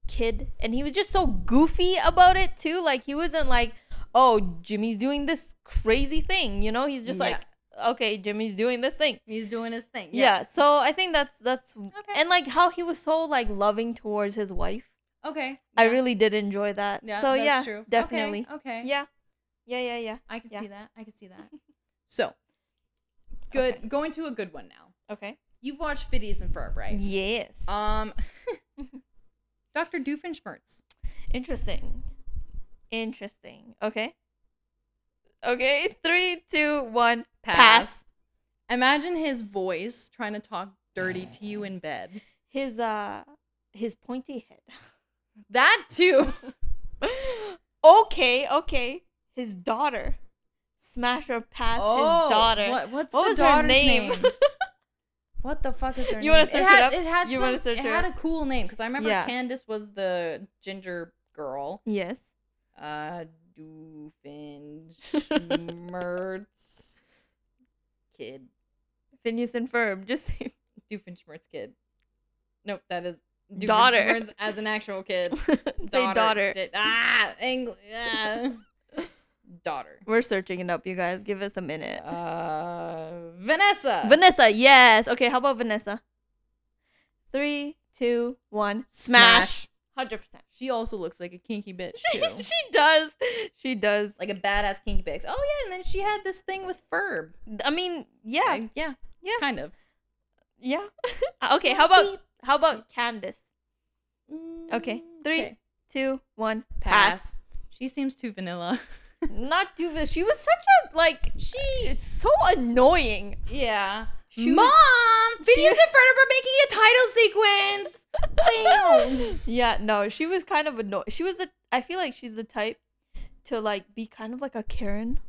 [SPEAKER 2] kid and he was just so goofy about it too. Like he wasn't like, "Oh, Jimmy's doing this crazy thing." You know, he's just
[SPEAKER 1] Yeah.
[SPEAKER 2] like, "Okay, Jimmy's doing this thing."
[SPEAKER 1] He's doing his thing.
[SPEAKER 2] Yeah. so I think that's that's
[SPEAKER 1] Okay.
[SPEAKER 2] and like how he was so like loving towards his wife.
[SPEAKER 1] okay.
[SPEAKER 2] I
[SPEAKER 1] Yeah.
[SPEAKER 2] really did enjoy that.
[SPEAKER 1] Yeah,
[SPEAKER 2] so
[SPEAKER 1] that's
[SPEAKER 2] yeah,
[SPEAKER 1] true. Okay,
[SPEAKER 2] definitely.
[SPEAKER 1] Okay.
[SPEAKER 2] Yeah. Yeah, yeah, yeah.
[SPEAKER 1] I can
[SPEAKER 2] Yeah.
[SPEAKER 1] see that. I can see <laughs> that. So, good.
[SPEAKER 2] Okay.
[SPEAKER 1] Going to a good one now.
[SPEAKER 2] Okay.
[SPEAKER 1] You've watched Phineas and Ferb, right?
[SPEAKER 2] Yes.
[SPEAKER 1] <laughs> Um, Dr. Doofenshmirtz.
[SPEAKER 2] Interesting. Interesting. Okay. Okay. <laughs> Three, two, one. Pass.
[SPEAKER 1] Imagine his voice trying to talk dirty to you in bed.
[SPEAKER 2] His uh his pointy
[SPEAKER 1] That too.
[SPEAKER 2] head. <laughs> okay, okay. His daughter. Smash or pass his daughter.
[SPEAKER 1] Oh, What, what's
[SPEAKER 2] What
[SPEAKER 1] the
[SPEAKER 2] was her
[SPEAKER 1] daughter's
[SPEAKER 2] name?
[SPEAKER 1] <laughs> what the fuck is her
[SPEAKER 2] You
[SPEAKER 1] name?
[SPEAKER 2] wanna search it
[SPEAKER 1] had,
[SPEAKER 2] up?
[SPEAKER 1] It had,
[SPEAKER 2] You
[SPEAKER 1] some,
[SPEAKER 2] wanna search
[SPEAKER 1] it
[SPEAKER 2] it
[SPEAKER 1] had a
[SPEAKER 2] up?
[SPEAKER 1] cool name because I remember
[SPEAKER 2] Yeah.
[SPEAKER 1] Candace was the ginger girl.
[SPEAKER 2] <laughs> Yes.
[SPEAKER 1] Uh, <laughs> Doofenshmirtz kid.
[SPEAKER 2] Phineas and Ferb. Just say
[SPEAKER 1] Doofenshmirtz kid. Nope, that is
[SPEAKER 2] Daughter.
[SPEAKER 1] Doofenshmirtz as an actual <laughs> kid.
[SPEAKER 2] <laughs> say daughter.
[SPEAKER 1] Did- ah, Engl- ah. <laughs> daughter.
[SPEAKER 2] We're searching it up, you guys. Give us a minute.
[SPEAKER 1] Uh, Vanessa.
[SPEAKER 2] Vanessa, yes. Okay, how about Vanessa? Three, two, one.
[SPEAKER 1] Smash.
[SPEAKER 2] Hundred <laughs> percent.
[SPEAKER 1] She also looks like a kinky <laughs> bitch too.
[SPEAKER 2] She does. She does.
[SPEAKER 1] like a badass kinky bitch. Oh yeah, and then she had this thing with Ferb.
[SPEAKER 2] I mean, yeah,
[SPEAKER 1] Like, yeah,
[SPEAKER 2] Yeah.
[SPEAKER 1] kind of.
[SPEAKER 2] yeah. <laughs> Uh, okay, how about how about Candace?
[SPEAKER 1] Mm,
[SPEAKER 2] Mm, Okay, three, Two, one, pass.
[SPEAKER 1] She seems too vanilla. <laughs>
[SPEAKER 2] <laughs> Not too. vi- She was such a like. She is so annoying.
[SPEAKER 1] Yeah.
[SPEAKER 2] She
[SPEAKER 1] Mom,
[SPEAKER 2] was-
[SPEAKER 1] Phineas and Ferb are making a title sequence. Bam.
[SPEAKER 2] <laughs> yeah, no, she was kind of annoying. She was the. I feel like she's the type to like be kind of like a Karen.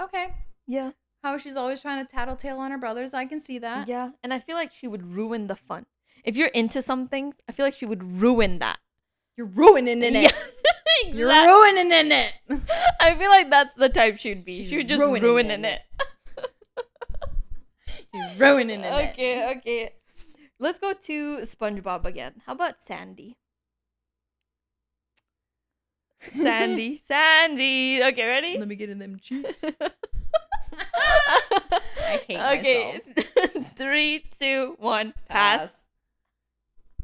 [SPEAKER 1] okay.
[SPEAKER 2] Yeah.
[SPEAKER 1] How she's always trying to tattletale on her brothers. I can see that.
[SPEAKER 2] Yeah, Uh, and I feel like she would ruin the fun. If you're into some things, I feel like she would ruin that.
[SPEAKER 1] You're ruining it.
[SPEAKER 2] Yeah, <laughs>
[SPEAKER 1] You're
[SPEAKER 2] exact-
[SPEAKER 1] ruining it.
[SPEAKER 2] I feel like that's the type she'd be.
[SPEAKER 1] She's
[SPEAKER 2] she would just
[SPEAKER 1] ruining
[SPEAKER 2] ruining,
[SPEAKER 1] it.
[SPEAKER 2] it.
[SPEAKER 1] <laughs> You're ruining it.
[SPEAKER 2] Okay, okay. Let's go to SpongeBob again. How about
[SPEAKER 1] <laughs>
[SPEAKER 2] Sandy? Sandy, Sandy. Okay, ready?
[SPEAKER 1] Let me get in them <laughs> cheeks.
[SPEAKER 2] <laughs> I
[SPEAKER 1] hate <laughs>
[SPEAKER 2] Three, two, one. Pass.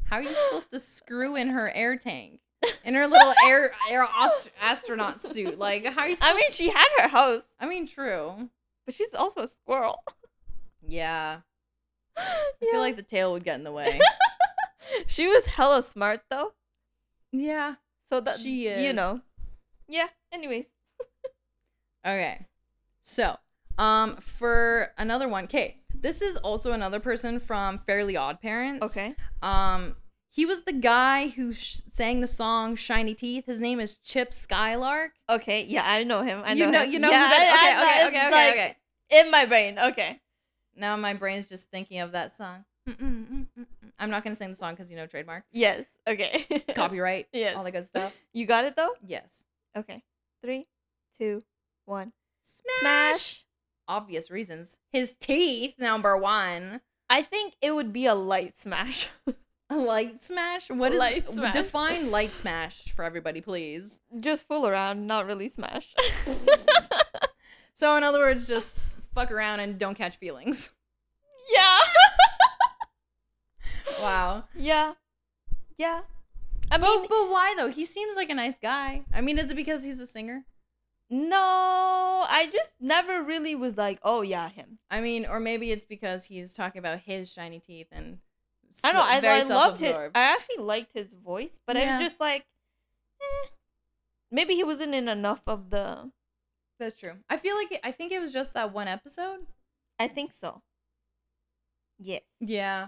[SPEAKER 1] How are you supposed to screw in her air tank? In her little air air ast- astronaut suit? Like how are you supposed
[SPEAKER 2] I mean, she had her house,
[SPEAKER 1] I mean true.
[SPEAKER 2] but she's also a squirrel. <laughs>
[SPEAKER 1] Yeah. I
[SPEAKER 2] Yeah.
[SPEAKER 1] feel like the tail would get in the way.
[SPEAKER 2] she was hella smart though.
[SPEAKER 1] <laughs> yeah.
[SPEAKER 2] So that
[SPEAKER 1] She
[SPEAKER 2] you
[SPEAKER 1] is.
[SPEAKER 2] know. Yeah. Anyways.
[SPEAKER 1] Okay. So, um for another one, okay. This is also another person from Fairly Odd Parents. Um, He was the guy who sh- sang the song "Shiny Teeth." His name is Chip Skylark.
[SPEAKER 2] Okay, yeah, I know him. I know
[SPEAKER 1] you know,
[SPEAKER 2] him.
[SPEAKER 1] you know
[SPEAKER 2] yeah,
[SPEAKER 1] who that?
[SPEAKER 2] I-
[SPEAKER 1] okay,
[SPEAKER 2] I-
[SPEAKER 1] okay, okay,
[SPEAKER 2] like,
[SPEAKER 1] okay, okay.
[SPEAKER 2] In my brain. Okay.
[SPEAKER 1] Now my brain's just thinking of that song. Mm, Mm-mm-mm-mm-mm. I'm not gonna sing the song because you know trademark,
[SPEAKER 2] <laughs> Yes. Okay. <laughs>
[SPEAKER 1] copyright,
[SPEAKER 2] Yes.
[SPEAKER 1] all that good stuff.
[SPEAKER 2] You got it though.
[SPEAKER 1] Yes.
[SPEAKER 2] Okay. Three, two, one.
[SPEAKER 1] Obvious reasons. His teeth, number one.
[SPEAKER 2] I think it would be a light smash. <laughs>
[SPEAKER 1] A light smash. What is
[SPEAKER 2] Light smash.
[SPEAKER 1] define light smash for everybody, please?
[SPEAKER 2] Just fool around, not really smash. <laughs>
[SPEAKER 1] So in other words, just fuck around and don't catch feelings. <laughs>
[SPEAKER 2] yeah.
[SPEAKER 1] Wow.
[SPEAKER 2] Yeah. Yeah. I mean,
[SPEAKER 1] But, but why though? He seems like a nice guy. I mean, is it because he's a singer?
[SPEAKER 2] no, I just never really was like, oh yeah, him.
[SPEAKER 1] I mean, or maybe it's because he's talking about his shiny teeth and
[SPEAKER 2] I don't know.
[SPEAKER 1] so-
[SPEAKER 2] I,
[SPEAKER 1] very
[SPEAKER 2] I loved his.
[SPEAKER 1] self-absorbed.
[SPEAKER 2] I actually liked his voice, but I
[SPEAKER 1] Yeah.
[SPEAKER 2] was just like, eh. maybe he wasn't in enough of the.
[SPEAKER 1] That's true. I feel like it, I think it was just that one episode.
[SPEAKER 2] I think so. Yes.
[SPEAKER 1] Yeah,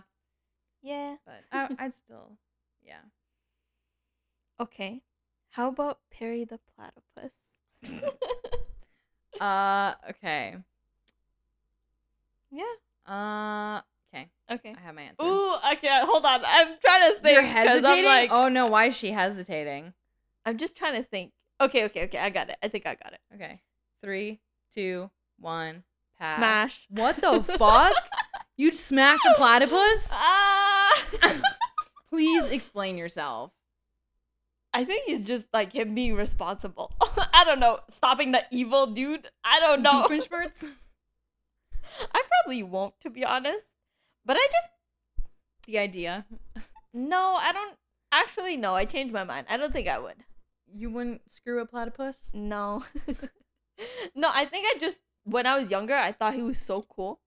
[SPEAKER 2] Yeah.
[SPEAKER 1] but I, <laughs> I'd still, yeah.
[SPEAKER 2] Okay. How about Perry the Platypus?
[SPEAKER 1] Uh, okay.
[SPEAKER 2] <laughs> yeah.
[SPEAKER 1] Uh, okay.
[SPEAKER 2] Okay.
[SPEAKER 1] I have my answer.
[SPEAKER 2] Ooh, okay, hold on. I'm trying to think.
[SPEAKER 1] You're
[SPEAKER 2] 'cause
[SPEAKER 1] hesitating.
[SPEAKER 2] I'm like,
[SPEAKER 1] oh no, why is she hesitating?
[SPEAKER 2] I'm just trying to think. Okay, okay, okay. I got it. I think I got it.
[SPEAKER 1] Okay, three, two, one. Pass.
[SPEAKER 2] Smash.
[SPEAKER 1] What <laughs> the fuck? You'd smash a platypus?
[SPEAKER 2] Ah! <laughs>
[SPEAKER 1] Please explain yourself.
[SPEAKER 2] I think it's just like him being responsible. <laughs> I don't know. Stopping the evil dude. I don't know.
[SPEAKER 1] Doofenshmirtz?
[SPEAKER 2] <laughs> I probably won't, to be honest. But I just
[SPEAKER 1] The idea.
[SPEAKER 2] no. I don't actually. No, I changed my mind. I don't think I would.
[SPEAKER 1] You wouldn't screw a platypus?
[SPEAKER 2] No. <laughs> no, I think I just when I was younger, I thought he was so cool.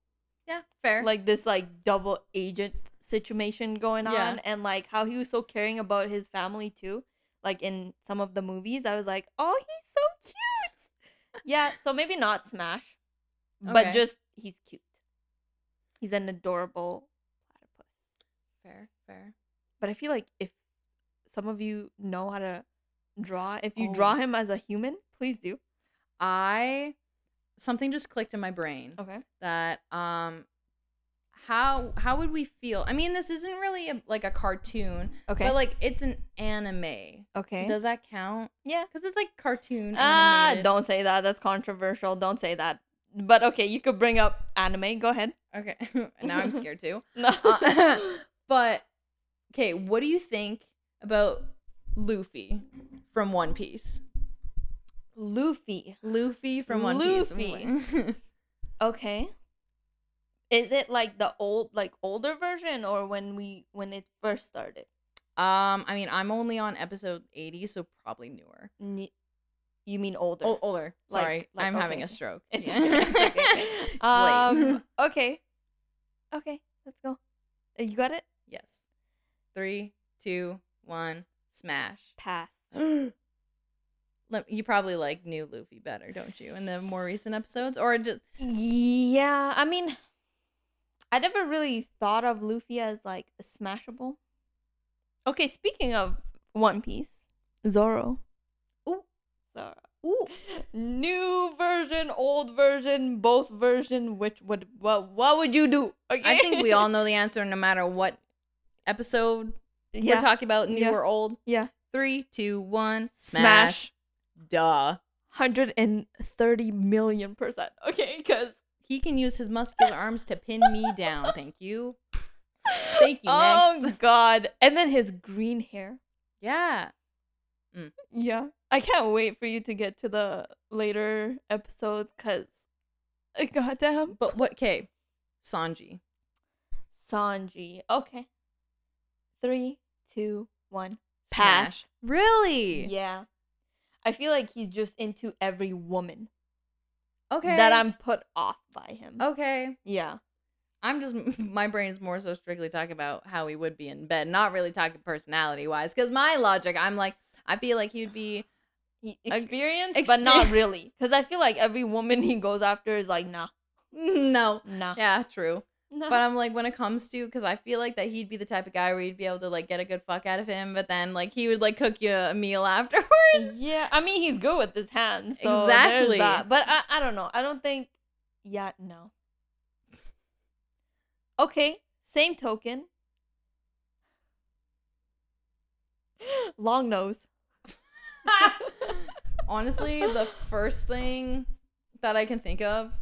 [SPEAKER 1] Yeah, fair.
[SPEAKER 2] Like this like double agent situation going on
[SPEAKER 1] Yeah.
[SPEAKER 2] and like how he was so caring about his family too. Like in some of the movies, I was like, "Oh, he's so cute." yeah, so maybe not smash,
[SPEAKER 1] Okay.
[SPEAKER 2] but just he's cute. He's an adorable platypus.
[SPEAKER 1] fair, fair.
[SPEAKER 2] But I feel like if some of you know how to draw, if you draw
[SPEAKER 1] Oh.
[SPEAKER 2] him as a human, please do.
[SPEAKER 1] I something just clicked in my brain
[SPEAKER 2] Okay.
[SPEAKER 1] that um how how would we feel? I mean, this isn't really a, like a cartoon,
[SPEAKER 2] Okay.
[SPEAKER 1] but like it's an anime.
[SPEAKER 2] okay.
[SPEAKER 1] Does that count?
[SPEAKER 2] Yeah.
[SPEAKER 1] Because it's like cartoon.
[SPEAKER 2] Ah,
[SPEAKER 1] animated.
[SPEAKER 2] don't say that. That's controversial. Don't say that. But okay, you could bring up anime. Go <laughs> ahead.
[SPEAKER 1] Okay, <laughs> now
[SPEAKER 2] <laughs>
[SPEAKER 1] I'm scared too.
[SPEAKER 2] No.
[SPEAKER 1] Uh, but okay, what do you think about Luffy from One Piece?
[SPEAKER 2] <laughs> Luffy.
[SPEAKER 1] Luffy from One Piece.
[SPEAKER 2] <laughs> Luffy. Okay. Is it like the old, like older version, or when we when it first started?
[SPEAKER 1] Um, I mean, I'm only on episode 80, so probably newer.
[SPEAKER 2] Ni- You mean older?
[SPEAKER 1] Ol older.
[SPEAKER 2] Like-
[SPEAKER 1] Sorry,
[SPEAKER 2] like,
[SPEAKER 1] I'm having
[SPEAKER 2] okay.
[SPEAKER 1] a stroke.
[SPEAKER 2] It's
[SPEAKER 1] Yeah.
[SPEAKER 2] okay, it's
[SPEAKER 1] <laughs>
[SPEAKER 2] okay, okay.
[SPEAKER 1] It's late.
[SPEAKER 2] <laughs> um. okay. Okay. Let's go. Uh, You got it.
[SPEAKER 1] yes. Three, two, one,
[SPEAKER 2] <gasps>
[SPEAKER 1] smash.
[SPEAKER 2] Pass.
[SPEAKER 1] Let, you probably like new Luffy better, don't you? In the more recent episodes, or just
[SPEAKER 2] Yeah. I mean, I never really thought of Luffy as like smashable. Okay. Speaking of One Piece, Zoro.
[SPEAKER 1] Ooh.
[SPEAKER 2] Zoro.
[SPEAKER 1] ooh,
[SPEAKER 2] <laughs> new version, old version, both version. Which would what? What would you do? Okay.
[SPEAKER 1] I think we all know the answer no matter what episode
[SPEAKER 2] <laughs> yeah.
[SPEAKER 1] we're talking about, new
[SPEAKER 2] Yeah.
[SPEAKER 1] or old.
[SPEAKER 2] Yeah.
[SPEAKER 1] Three, two, one,
[SPEAKER 2] Smash.
[SPEAKER 1] smash. Duh.
[SPEAKER 2] Hundred and thirty million percent. Okay, because
[SPEAKER 1] He can use his muscular arms to pin me down. Thank you. Thank you.
[SPEAKER 2] oh
[SPEAKER 1] Next.
[SPEAKER 2] god, and then his green hair.
[SPEAKER 1] Yeah.
[SPEAKER 2] Yeah, I can't wait for you to get to the later episodes, cause, <laughs> uh, goddamn,
[SPEAKER 1] But what? Okay. Sanji.
[SPEAKER 2] Sanji. Okay, three, two, one. Pass.
[SPEAKER 1] Smash. Really?
[SPEAKER 2] Yeah, I feel like he's just into every woman.
[SPEAKER 1] Okay.
[SPEAKER 2] that I'm put off by him.
[SPEAKER 1] Okay.
[SPEAKER 2] Yeah.
[SPEAKER 1] I'm just. <laughs> My brain is more so strictly talking about how he would be in bed, not really talking personality wise. Because my logic, I'm like, I feel like he would be. <laughs>
[SPEAKER 2] He
[SPEAKER 1] Ag-
[SPEAKER 2] experienced, but
[SPEAKER 1] exper-
[SPEAKER 2] not really. Because I feel like every woman he goes after is like, nah,
[SPEAKER 1] No.
[SPEAKER 2] <laughs> nah.
[SPEAKER 1] Yeah, true.
[SPEAKER 2] No.
[SPEAKER 1] But I'm like, when it comes to, because I feel like that he'd be the type of guy where you'd be able to like get a good fuck out of him, but then like he would like cook you a meal <laughs> afterwards.
[SPEAKER 2] <laughs> yeah, I mean he's good with his hands. So exactly.
[SPEAKER 1] Exactly.
[SPEAKER 2] That. But I, I don't know. I don't think. Yeah, no. Okay. Same token. <gasps>
[SPEAKER 1] <laughs>
[SPEAKER 2] Long nose.
[SPEAKER 1] Honestly, the first thing that I can think of,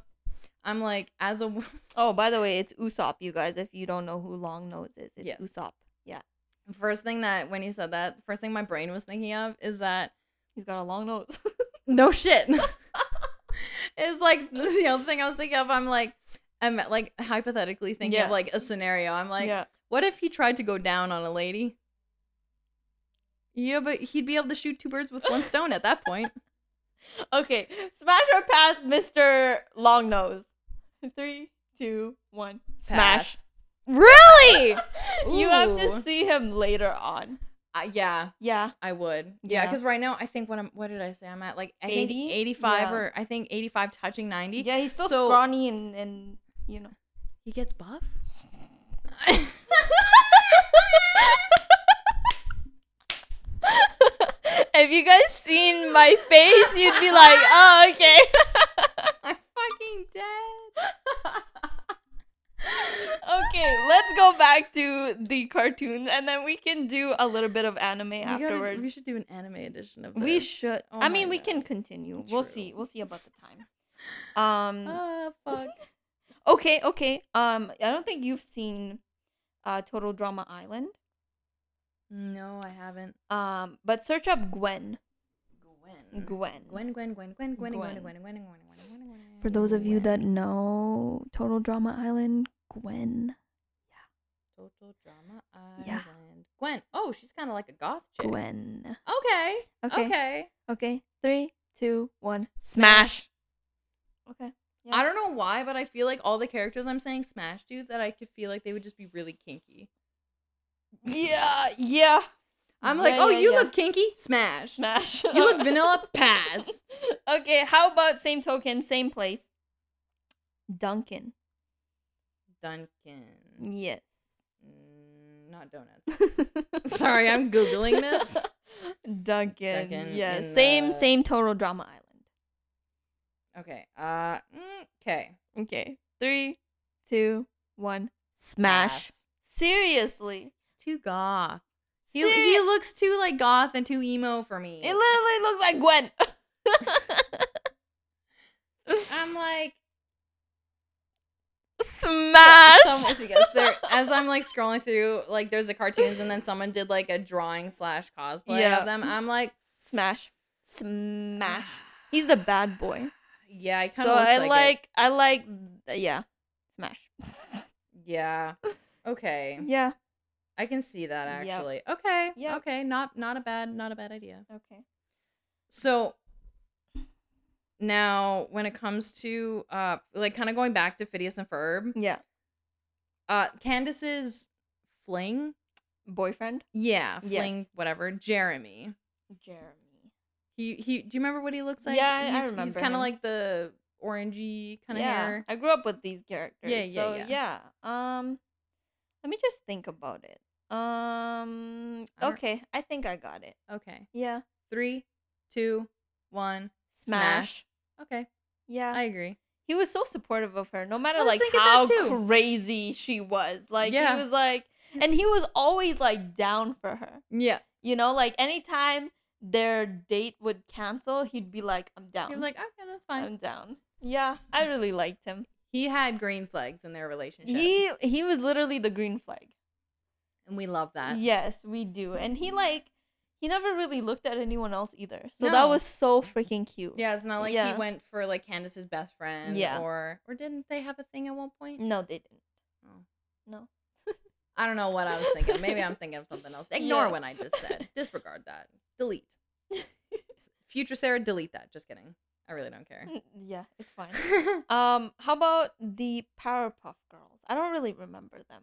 [SPEAKER 1] I'm like, as a wo- <laughs>
[SPEAKER 2] Oh, by the way, it's Usopp, you guys. If you don't know who Long Nose is, it's
[SPEAKER 1] Yes.
[SPEAKER 2] Usopp. Yeah,
[SPEAKER 1] first thing that when he said that, the first thing my brain was thinking of is that
[SPEAKER 2] he's got a long nose. <laughs>
[SPEAKER 1] no shit. <laughs> is like the other thing I was thinking of. I'm like, I'm like hypothetically thinking
[SPEAKER 2] Yeah.
[SPEAKER 1] of like a scenario. I'm like,
[SPEAKER 2] yeah,
[SPEAKER 1] What if he tried to go down on a lady? Yeah, but he'd be able to shoot two birds with one stone at that
[SPEAKER 2] <laughs>
[SPEAKER 1] point.
[SPEAKER 2] Okay, smash or pass, Mister Long Nose. Three, two, one. Smash.
[SPEAKER 1] Pass. <laughs> Really?
[SPEAKER 2] You have to
[SPEAKER 1] Ooh.
[SPEAKER 2] see him later on.
[SPEAKER 1] Uh, yeah,
[SPEAKER 2] Yeah.
[SPEAKER 1] I would. Yeah,
[SPEAKER 2] Yeah.
[SPEAKER 1] because right now I think what I'm. What did I say? I'm at like I
[SPEAKER 2] 80?
[SPEAKER 1] think 85
[SPEAKER 2] Yeah.
[SPEAKER 1] or I think 85 touching 90.
[SPEAKER 2] Yeah, he's still
[SPEAKER 1] So-
[SPEAKER 2] scrawny and and you <laughs> know.
[SPEAKER 1] He gets buff.
[SPEAKER 2] if you guys seen my face, you'd be like, oh, okay.
[SPEAKER 1] <laughs>
[SPEAKER 2] <laughs>
[SPEAKER 1] I'm fucking <laughs> dead.
[SPEAKER 2] okay, let's go back to the cartoons and then we can do a little bit of anime
[SPEAKER 1] We gotta-
[SPEAKER 2] afterwards.
[SPEAKER 1] we should do an anime edition of this.
[SPEAKER 2] We should.
[SPEAKER 1] Oh my
[SPEAKER 2] I mean, we
[SPEAKER 1] God.
[SPEAKER 2] can continue. We'll
[SPEAKER 1] True.
[SPEAKER 2] see. We'll see about the <laughs> time. Um.
[SPEAKER 1] Ah, fuck.
[SPEAKER 2] okay. Okay. Um. I don't think you've seen, uh, Total Drama Island.
[SPEAKER 1] no, I haven't.
[SPEAKER 2] Um. But search up Gwen.
[SPEAKER 1] Gwen.
[SPEAKER 2] Mm. Gwen.
[SPEAKER 1] Gwen, Gwen, Gwen, Gwen, Gwen, Gwen,
[SPEAKER 2] Gwen.
[SPEAKER 1] Gwen, Gwen, Gwen, Gwen, Gwen, Gwen, Gwen.
[SPEAKER 2] For those of you
[SPEAKER 1] Gwen.
[SPEAKER 2] that know Total Drama Island, Gwen.
[SPEAKER 1] Total Drama Island.
[SPEAKER 2] Yeah.
[SPEAKER 1] Gwen. Oh, she's kind of like a goth chick.
[SPEAKER 2] Gwen.
[SPEAKER 1] Okay.
[SPEAKER 2] Okay.
[SPEAKER 1] Okay.
[SPEAKER 2] Okay. Three, two, one.
[SPEAKER 1] Smash.
[SPEAKER 2] Okay.
[SPEAKER 1] I don't know why, but I feel like all the characters I'm saying smash dude that I could feel like they would just be really kinky.
[SPEAKER 2] Yeah. Yeah.
[SPEAKER 1] I'm
[SPEAKER 2] Yeah,
[SPEAKER 1] like, oh,
[SPEAKER 2] yeah,
[SPEAKER 1] you
[SPEAKER 2] yeah.
[SPEAKER 1] look kinky? Smash.
[SPEAKER 2] <laughs> Smash.
[SPEAKER 1] You look vanilla? Pass.
[SPEAKER 2] Okay, how about same token, same place? Duncan.
[SPEAKER 1] Duncan.
[SPEAKER 2] <laughs> Yes.
[SPEAKER 1] Mm, not donuts. <laughs> Sorry, I'm Googling this.
[SPEAKER 2] <laughs> Duncan.
[SPEAKER 1] Duncan
[SPEAKER 2] yes.
[SPEAKER 1] in
[SPEAKER 2] Same,
[SPEAKER 1] the-
[SPEAKER 2] same total drama island.
[SPEAKER 1] Okay. Uh, okay.
[SPEAKER 2] Okay. Three, two, one. Smash. Seriously.
[SPEAKER 1] It's too goth. He,
[SPEAKER 2] Seri-
[SPEAKER 1] he looks too like goth and too emo for me.
[SPEAKER 2] it literally
[SPEAKER 1] <laughs>
[SPEAKER 2] <laughs> looks like Gwen.
[SPEAKER 1] I'm like
[SPEAKER 2] Smash.
[SPEAKER 1] So, some- so yes, there, as I'm like scrolling through, like there's the cartoons, and then someone did like a drawing slash cosplay
[SPEAKER 2] Yeah.
[SPEAKER 1] of them. I'm like,
[SPEAKER 2] Smash. Smash. He's the bad boy.
[SPEAKER 1] <sighs> yeah, I kind
[SPEAKER 2] So
[SPEAKER 1] of
[SPEAKER 2] I
[SPEAKER 1] like, it.
[SPEAKER 2] like, I like yeah. Smash. <laughs>
[SPEAKER 1] yeah, okay,
[SPEAKER 2] Yeah.
[SPEAKER 1] I can see that
[SPEAKER 2] Yep.
[SPEAKER 1] actually. Okay,
[SPEAKER 2] Yep.
[SPEAKER 1] okay, not not a bad not a bad idea.
[SPEAKER 2] Okay.
[SPEAKER 1] So now, when it comes to uh, like kind of going back to Phidias and Ferb,
[SPEAKER 2] Yeah.
[SPEAKER 1] uh, Candace's fling,
[SPEAKER 2] Boyfriend.
[SPEAKER 1] yeah,
[SPEAKER 2] Yes.
[SPEAKER 1] fling, whatever, Jeremy.
[SPEAKER 2] Jeremy.
[SPEAKER 1] He he. Do you remember what he looks like?
[SPEAKER 2] Yeah, I- I
[SPEAKER 1] he's, He's
[SPEAKER 2] remember
[SPEAKER 1] kind
[SPEAKER 2] him.
[SPEAKER 1] of like the orangey kind of
[SPEAKER 2] yeah.
[SPEAKER 1] hair.
[SPEAKER 2] I grew up with these characters.
[SPEAKER 1] Yeah, yeah,
[SPEAKER 2] so,
[SPEAKER 1] yeah.
[SPEAKER 2] yeah. Um let me just think about it. Um
[SPEAKER 1] I don't-
[SPEAKER 2] okay, I think I got it.
[SPEAKER 1] Okay,
[SPEAKER 2] Yeah.
[SPEAKER 1] three, two, one.
[SPEAKER 2] Smash.
[SPEAKER 1] Smash. Okay,
[SPEAKER 2] Yeah.
[SPEAKER 1] I agree.
[SPEAKER 2] he was so supportive of her, no matter
[SPEAKER 1] was
[SPEAKER 2] like
[SPEAKER 1] thinking that
[SPEAKER 2] how
[SPEAKER 1] too.
[SPEAKER 2] crazy she was. Like
[SPEAKER 1] Yeah.
[SPEAKER 2] he was like and he was always like down for her.
[SPEAKER 1] Yeah,
[SPEAKER 2] You know, like anytime their date would cancel, he'd be like, I'm down.
[SPEAKER 1] he was like, okay, that's fine.
[SPEAKER 2] I'm down. Yeah, I really liked him.
[SPEAKER 1] Um, he had green flags in their relationship,
[SPEAKER 2] He he was literally the green flag.
[SPEAKER 1] and we love that.
[SPEAKER 2] Yes, we do. And
[SPEAKER 1] mm-hmm.
[SPEAKER 2] he like he never really looked at anyone else either. So that
[SPEAKER 1] No.
[SPEAKER 2] was so freaking cute.
[SPEAKER 1] Yeah, it's not like
[SPEAKER 2] Yeah.
[SPEAKER 1] he went for like Candace's best friend.
[SPEAKER 2] Yeah.
[SPEAKER 1] or or didn't they have a thing at one point?
[SPEAKER 2] No, they didn't.
[SPEAKER 1] I don't know what I was thinking. Maybe I'm thinking of something else. Ignore
[SPEAKER 2] Yeah.
[SPEAKER 1] what I just <laughs> said. Disregard that. <laughs> Delete. S- Future Sarah, delete that. Just kidding. I really don't care.
[SPEAKER 2] Mm, Yeah, it's fine. um, how about the Powerpuff Girls? I don't really remember them.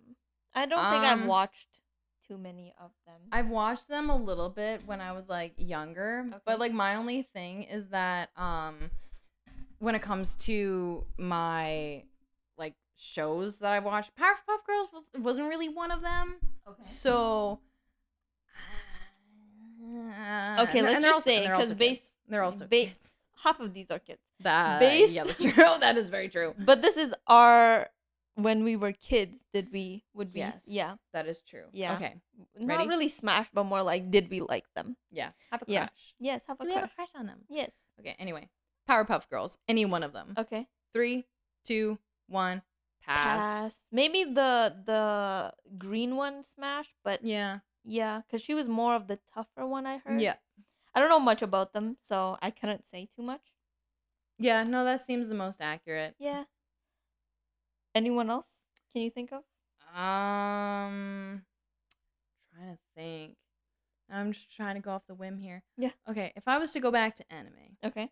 [SPEAKER 2] I don't think I've
[SPEAKER 1] Um,
[SPEAKER 2] watched too many of them.
[SPEAKER 1] I've watched them a little bit when I was like younger,
[SPEAKER 2] Okay.
[SPEAKER 1] but like my only thing is that um when it comes to my like shows that I watched. Powerpuff Girls was, wasn't really one of them.
[SPEAKER 2] Okay.
[SPEAKER 1] So.
[SPEAKER 2] <sighs> Okay, let's just say because base
[SPEAKER 1] They're also
[SPEAKER 2] ba-
[SPEAKER 1] kids.
[SPEAKER 2] half of these are kids,
[SPEAKER 1] That,
[SPEAKER 2] based-
[SPEAKER 1] Yeah,
[SPEAKER 2] <laughs>
[SPEAKER 1] that's true. <laughs> that is very true.
[SPEAKER 2] but this is our when we were kids. Did we would we?
[SPEAKER 1] Yes.
[SPEAKER 2] Yeah.
[SPEAKER 1] That is true.
[SPEAKER 2] Yeah.
[SPEAKER 1] Okay. Ready?
[SPEAKER 2] Not really smash, but more like did we like them?
[SPEAKER 1] Yeah. Have a crush.
[SPEAKER 2] Yeah. Yes. Have a
[SPEAKER 1] Do we have
[SPEAKER 2] crush.
[SPEAKER 1] a crush on them?
[SPEAKER 2] Yes.
[SPEAKER 1] Okay, anyway. Powerpuff Girls. Any one of them.
[SPEAKER 2] Okay.
[SPEAKER 1] Three, two, one, pass.
[SPEAKER 2] Maybe the the green one smash, but
[SPEAKER 1] Yeah.
[SPEAKER 2] yeah, because she was more of the tougher one. I heard.
[SPEAKER 1] Yeah.
[SPEAKER 2] I don't know much about them, so I couldn't say too much.
[SPEAKER 1] Yeah, no, that seems the most accurate.
[SPEAKER 2] Yeah. Anyone else? Can you think of?
[SPEAKER 1] Um trying to think. I'm just trying to go off the whim here.
[SPEAKER 2] Yeah.
[SPEAKER 1] Okay, if I was to go back to anime,
[SPEAKER 2] Okay.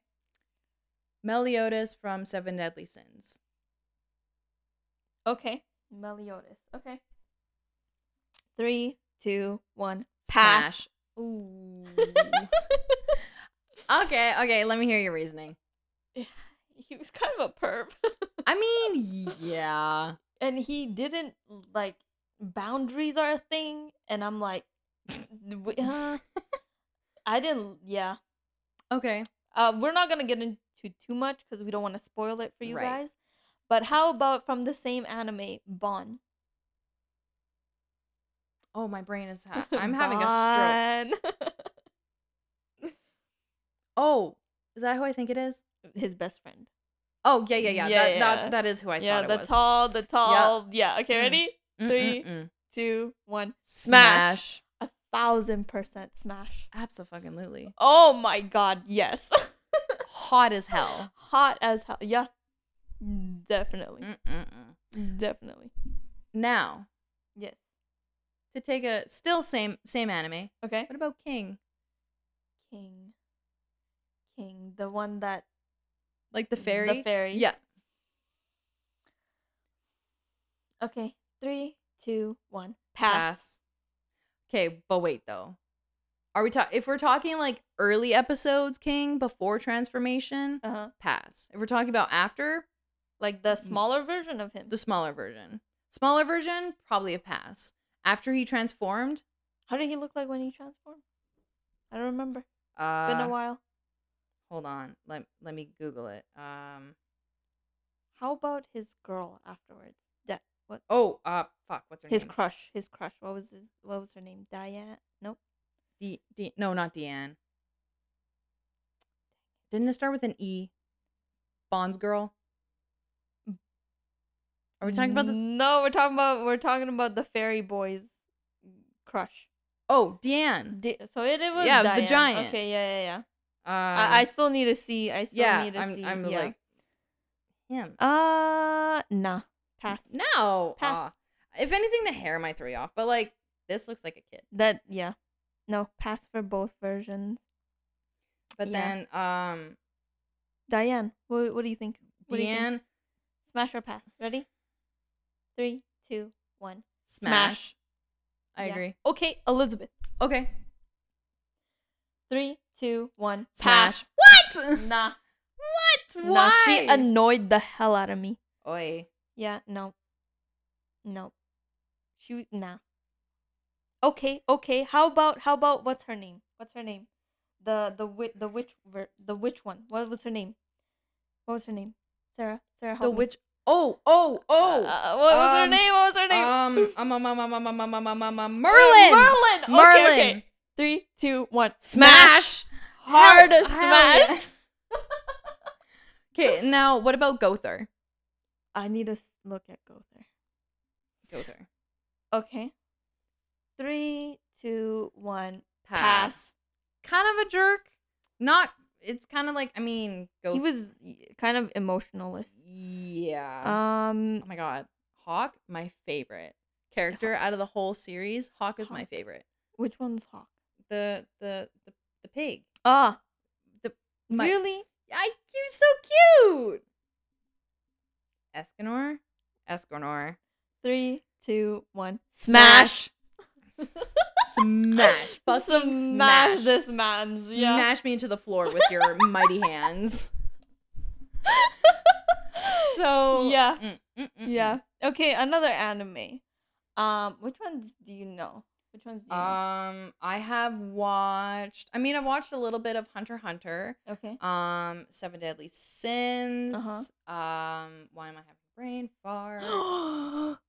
[SPEAKER 1] Meliodas from Seven Deadly Sins.
[SPEAKER 2] Okay. Meliodas. Okay. Three, two, one.
[SPEAKER 1] Smash.
[SPEAKER 2] <laughs>
[SPEAKER 1] Ooh. okay, okay, let me hear your reasoning.
[SPEAKER 2] he was kind of a perv. <laughs>
[SPEAKER 1] I mean, yeah.
[SPEAKER 2] and he didn't like boundaries are a thing and i'm like w- <laughs> uh, i didn't yeah
[SPEAKER 1] Okay.
[SPEAKER 2] uh, we're not gonna get into too much because we don't want to spoil it for you
[SPEAKER 1] Right.
[SPEAKER 2] guys but how about from the same anime bon
[SPEAKER 1] Oh, my brain is
[SPEAKER 2] <laughs>
[SPEAKER 1] ha- I'm having a stroke.
[SPEAKER 2] stroke
[SPEAKER 1] Oh, is that who I think it is?
[SPEAKER 2] <laughs> his best friend
[SPEAKER 1] Oh yeah, yeah, yeah.
[SPEAKER 2] Yeah,
[SPEAKER 1] that,
[SPEAKER 2] yeah.
[SPEAKER 1] That, that is who I
[SPEAKER 2] yeah
[SPEAKER 1] thought it
[SPEAKER 2] the
[SPEAKER 1] was.
[SPEAKER 2] tall the tall yeah, okay
[SPEAKER 1] Mm.
[SPEAKER 2] ready
[SPEAKER 1] Mm, mm,
[SPEAKER 2] three.
[SPEAKER 1] mm.
[SPEAKER 2] two one
[SPEAKER 1] Smash.
[SPEAKER 2] a thousand percent smash
[SPEAKER 1] Absolutely.
[SPEAKER 2] oh my god yes
[SPEAKER 1] Hot as
[SPEAKER 2] <laughs>
[SPEAKER 1] hell.
[SPEAKER 2] hot as hell yeah definitely
[SPEAKER 1] Mm, mm, mm.
[SPEAKER 2] Definitely.
[SPEAKER 1] Now
[SPEAKER 2] Yes.
[SPEAKER 1] to take a still same same anime.
[SPEAKER 2] Okay.
[SPEAKER 1] What about King?
[SPEAKER 2] King. King, the one that
[SPEAKER 1] Like the fairy.
[SPEAKER 2] The fairy.
[SPEAKER 1] Yeah.
[SPEAKER 2] Okay. Three, two, one. Pass.
[SPEAKER 1] Okay, but wait though. Are we ta- if we're talking like early episodes, King before transformation,
[SPEAKER 2] Uh huh.
[SPEAKER 1] pass. If we're talking about after,
[SPEAKER 2] Like the smaller version of him.
[SPEAKER 1] the smaller version. Smaller version, probably a pass. After he transformed,
[SPEAKER 2] How did he look like when he transformed? I don't remember.
[SPEAKER 1] uh,
[SPEAKER 2] Been a while.
[SPEAKER 1] hold on let let me google it um
[SPEAKER 2] How about his girl afterwards? That what?
[SPEAKER 1] oh uh fuck what's her
[SPEAKER 2] His
[SPEAKER 1] name
[SPEAKER 2] crush. His crush. What was his? What was her name? Diane. Nope.
[SPEAKER 1] D- D- no not deanne didn't it start with an e bonds girl Mm. are we talking about this
[SPEAKER 2] No, we're talking about we're talking about the fairy boy's crush.
[SPEAKER 1] oh deanne
[SPEAKER 2] Di- so it, it was
[SPEAKER 1] Yeah, the
[SPEAKER 2] Diane.
[SPEAKER 1] giant.
[SPEAKER 2] Okay, yeah, yeah, yeah.
[SPEAKER 1] um,
[SPEAKER 2] I, I still need to see. I still
[SPEAKER 1] yeah
[SPEAKER 2] need to
[SPEAKER 1] i'm,
[SPEAKER 2] see.
[SPEAKER 1] I'm
[SPEAKER 2] yeah.
[SPEAKER 1] like him
[SPEAKER 2] uh, nah, pass.
[SPEAKER 1] no
[SPEAKER 2] Pass.
[SPEAKER 1] aw. if anything the hair might throw you off but like this looks like a kid
[SPEAKER 2] That yeah, no, pass for both versions.
[SPEAKER 1] but
[SPEAKER 2] Yeah.
[SPEAKER 1] then um
[SPEAKER 2] Diane, what what do you think? What do you think?
[SPEAKER 1] deanne
[SPEAKER 2] Smash or pass? Ready? Three, two, one.
[SPEAKER 1] smash.
[SPEAKER 2] Smash.
[SPEAKER 1] i
[SPEAKER 2] Yeah.
[SPEAKER 1] agree
[SPEAKER 2] Okay, Elizabeth.
[SPEAKER 1] okay
[SPEAKER 2] Three, two, one.
[SPEAKER 1] smash
[SPEAKER 2] Pass.
[SPEAKER 1] what <laughs>
[SPEAKER 2] Nah,
[SPEAKER 1] What?
[SPEAKER 2] nah. She annoyed the hell out of me.
[SPEAKER 1] Oi.
[SPEAKER 2] Yeah, no. No. She was nah. Okay, okay. How about how about what's her name? What's her name? The the wit the witch ver- the witch one. What was her name? What was her name? Sarah. Sarah.
[SPEAKER 1] The
[SPEAKER 2] Help me.
[SPEAKER 1] witch. Oh, oh,
[SPEAKER 2] Uh,
[SPEAKER 1] oh.
[SPEAKER 2] uh, what was her
[SPEAKER 1] um,
[SPEAKER 2] name? What was her name?
[SPEAKER 1] <laughs> um, um, um, um, um, um, um, um, um, um, um, um,
[SPEAKER 2] Oh,
[SPEAKER 1] Merlin.
[SPEAKER 2] Merlin. Merlin. Okay, okay. Three, two, one. Hard
[SPEAKER 1] Hell- hell
[SPEAKER 2] as smash.
[SPEAKER 1] <laughs> Okay, now what about Gother?
[SPEAKER 2] I need to s- look at Gother.
[SPEAKER 1] Gother.
[SPEAKER 2] Okay. Three, two, one. Pass.
[SPEAKER 1] Kind of a jerk. Not. It's kind of like. I mean, Goth-
[SPEAKER 2] He was y- kind of emotionalist.
[SPEAKER 1] Yeah.
[SPEAKER 2] Um,
[SPEAKER 1] oh my god. Hawk, my favorite character out of the whole series. Hawk is my
[SPEAKER 2] Hawk.
[SPEAKER 1] favorite.
[SPEAKER 2] Which one's Hawk?
[SPEAKER 1] The the the, the pig.
[SPEAKER 2] Ah,
[SPEAKER 1] The- my-
[SPEAKER 2] really?
[SPEAKER 1] I, you're so cute. Escanor? Escanor.
[SPEAKER 2] Three, two, one.
[SPEAKER 1] Smash. Smash. <laughs>
[SPEAKER 2] Fucking
[SPEAKER 1] Fucking
[SPEAKER 2] smash,
[SPEAKER 1] smash.
[SPEAKER 2] this man's. Yeah.
[SPEAKER 1] Smash me into the floor with
[SPEAKER 2] <laughs>
[SPEAKER 1] your mighty hands. So
[SPEAKER 2] Yeah.
[SPEAKER 1] Mm, Mm-mm-mm.
[SPEAKER 2] Yeah. Okay, another anime. Um, which ones do you know? Which ones do you
[SPEAKER 1] Um, I have watched. I mean, I've watched a little bit of Hunter x Hunter.
[SPEAKER 2] know? Okay.
[SPEAKER 1] Um, Seven Deadly Sins.
[SPEAKER 2] Uh-huh.
[SPEAKER 1] Um, why am I having brain
[SPEAKER 2] <gasps>
[SPEAKER 1] fart?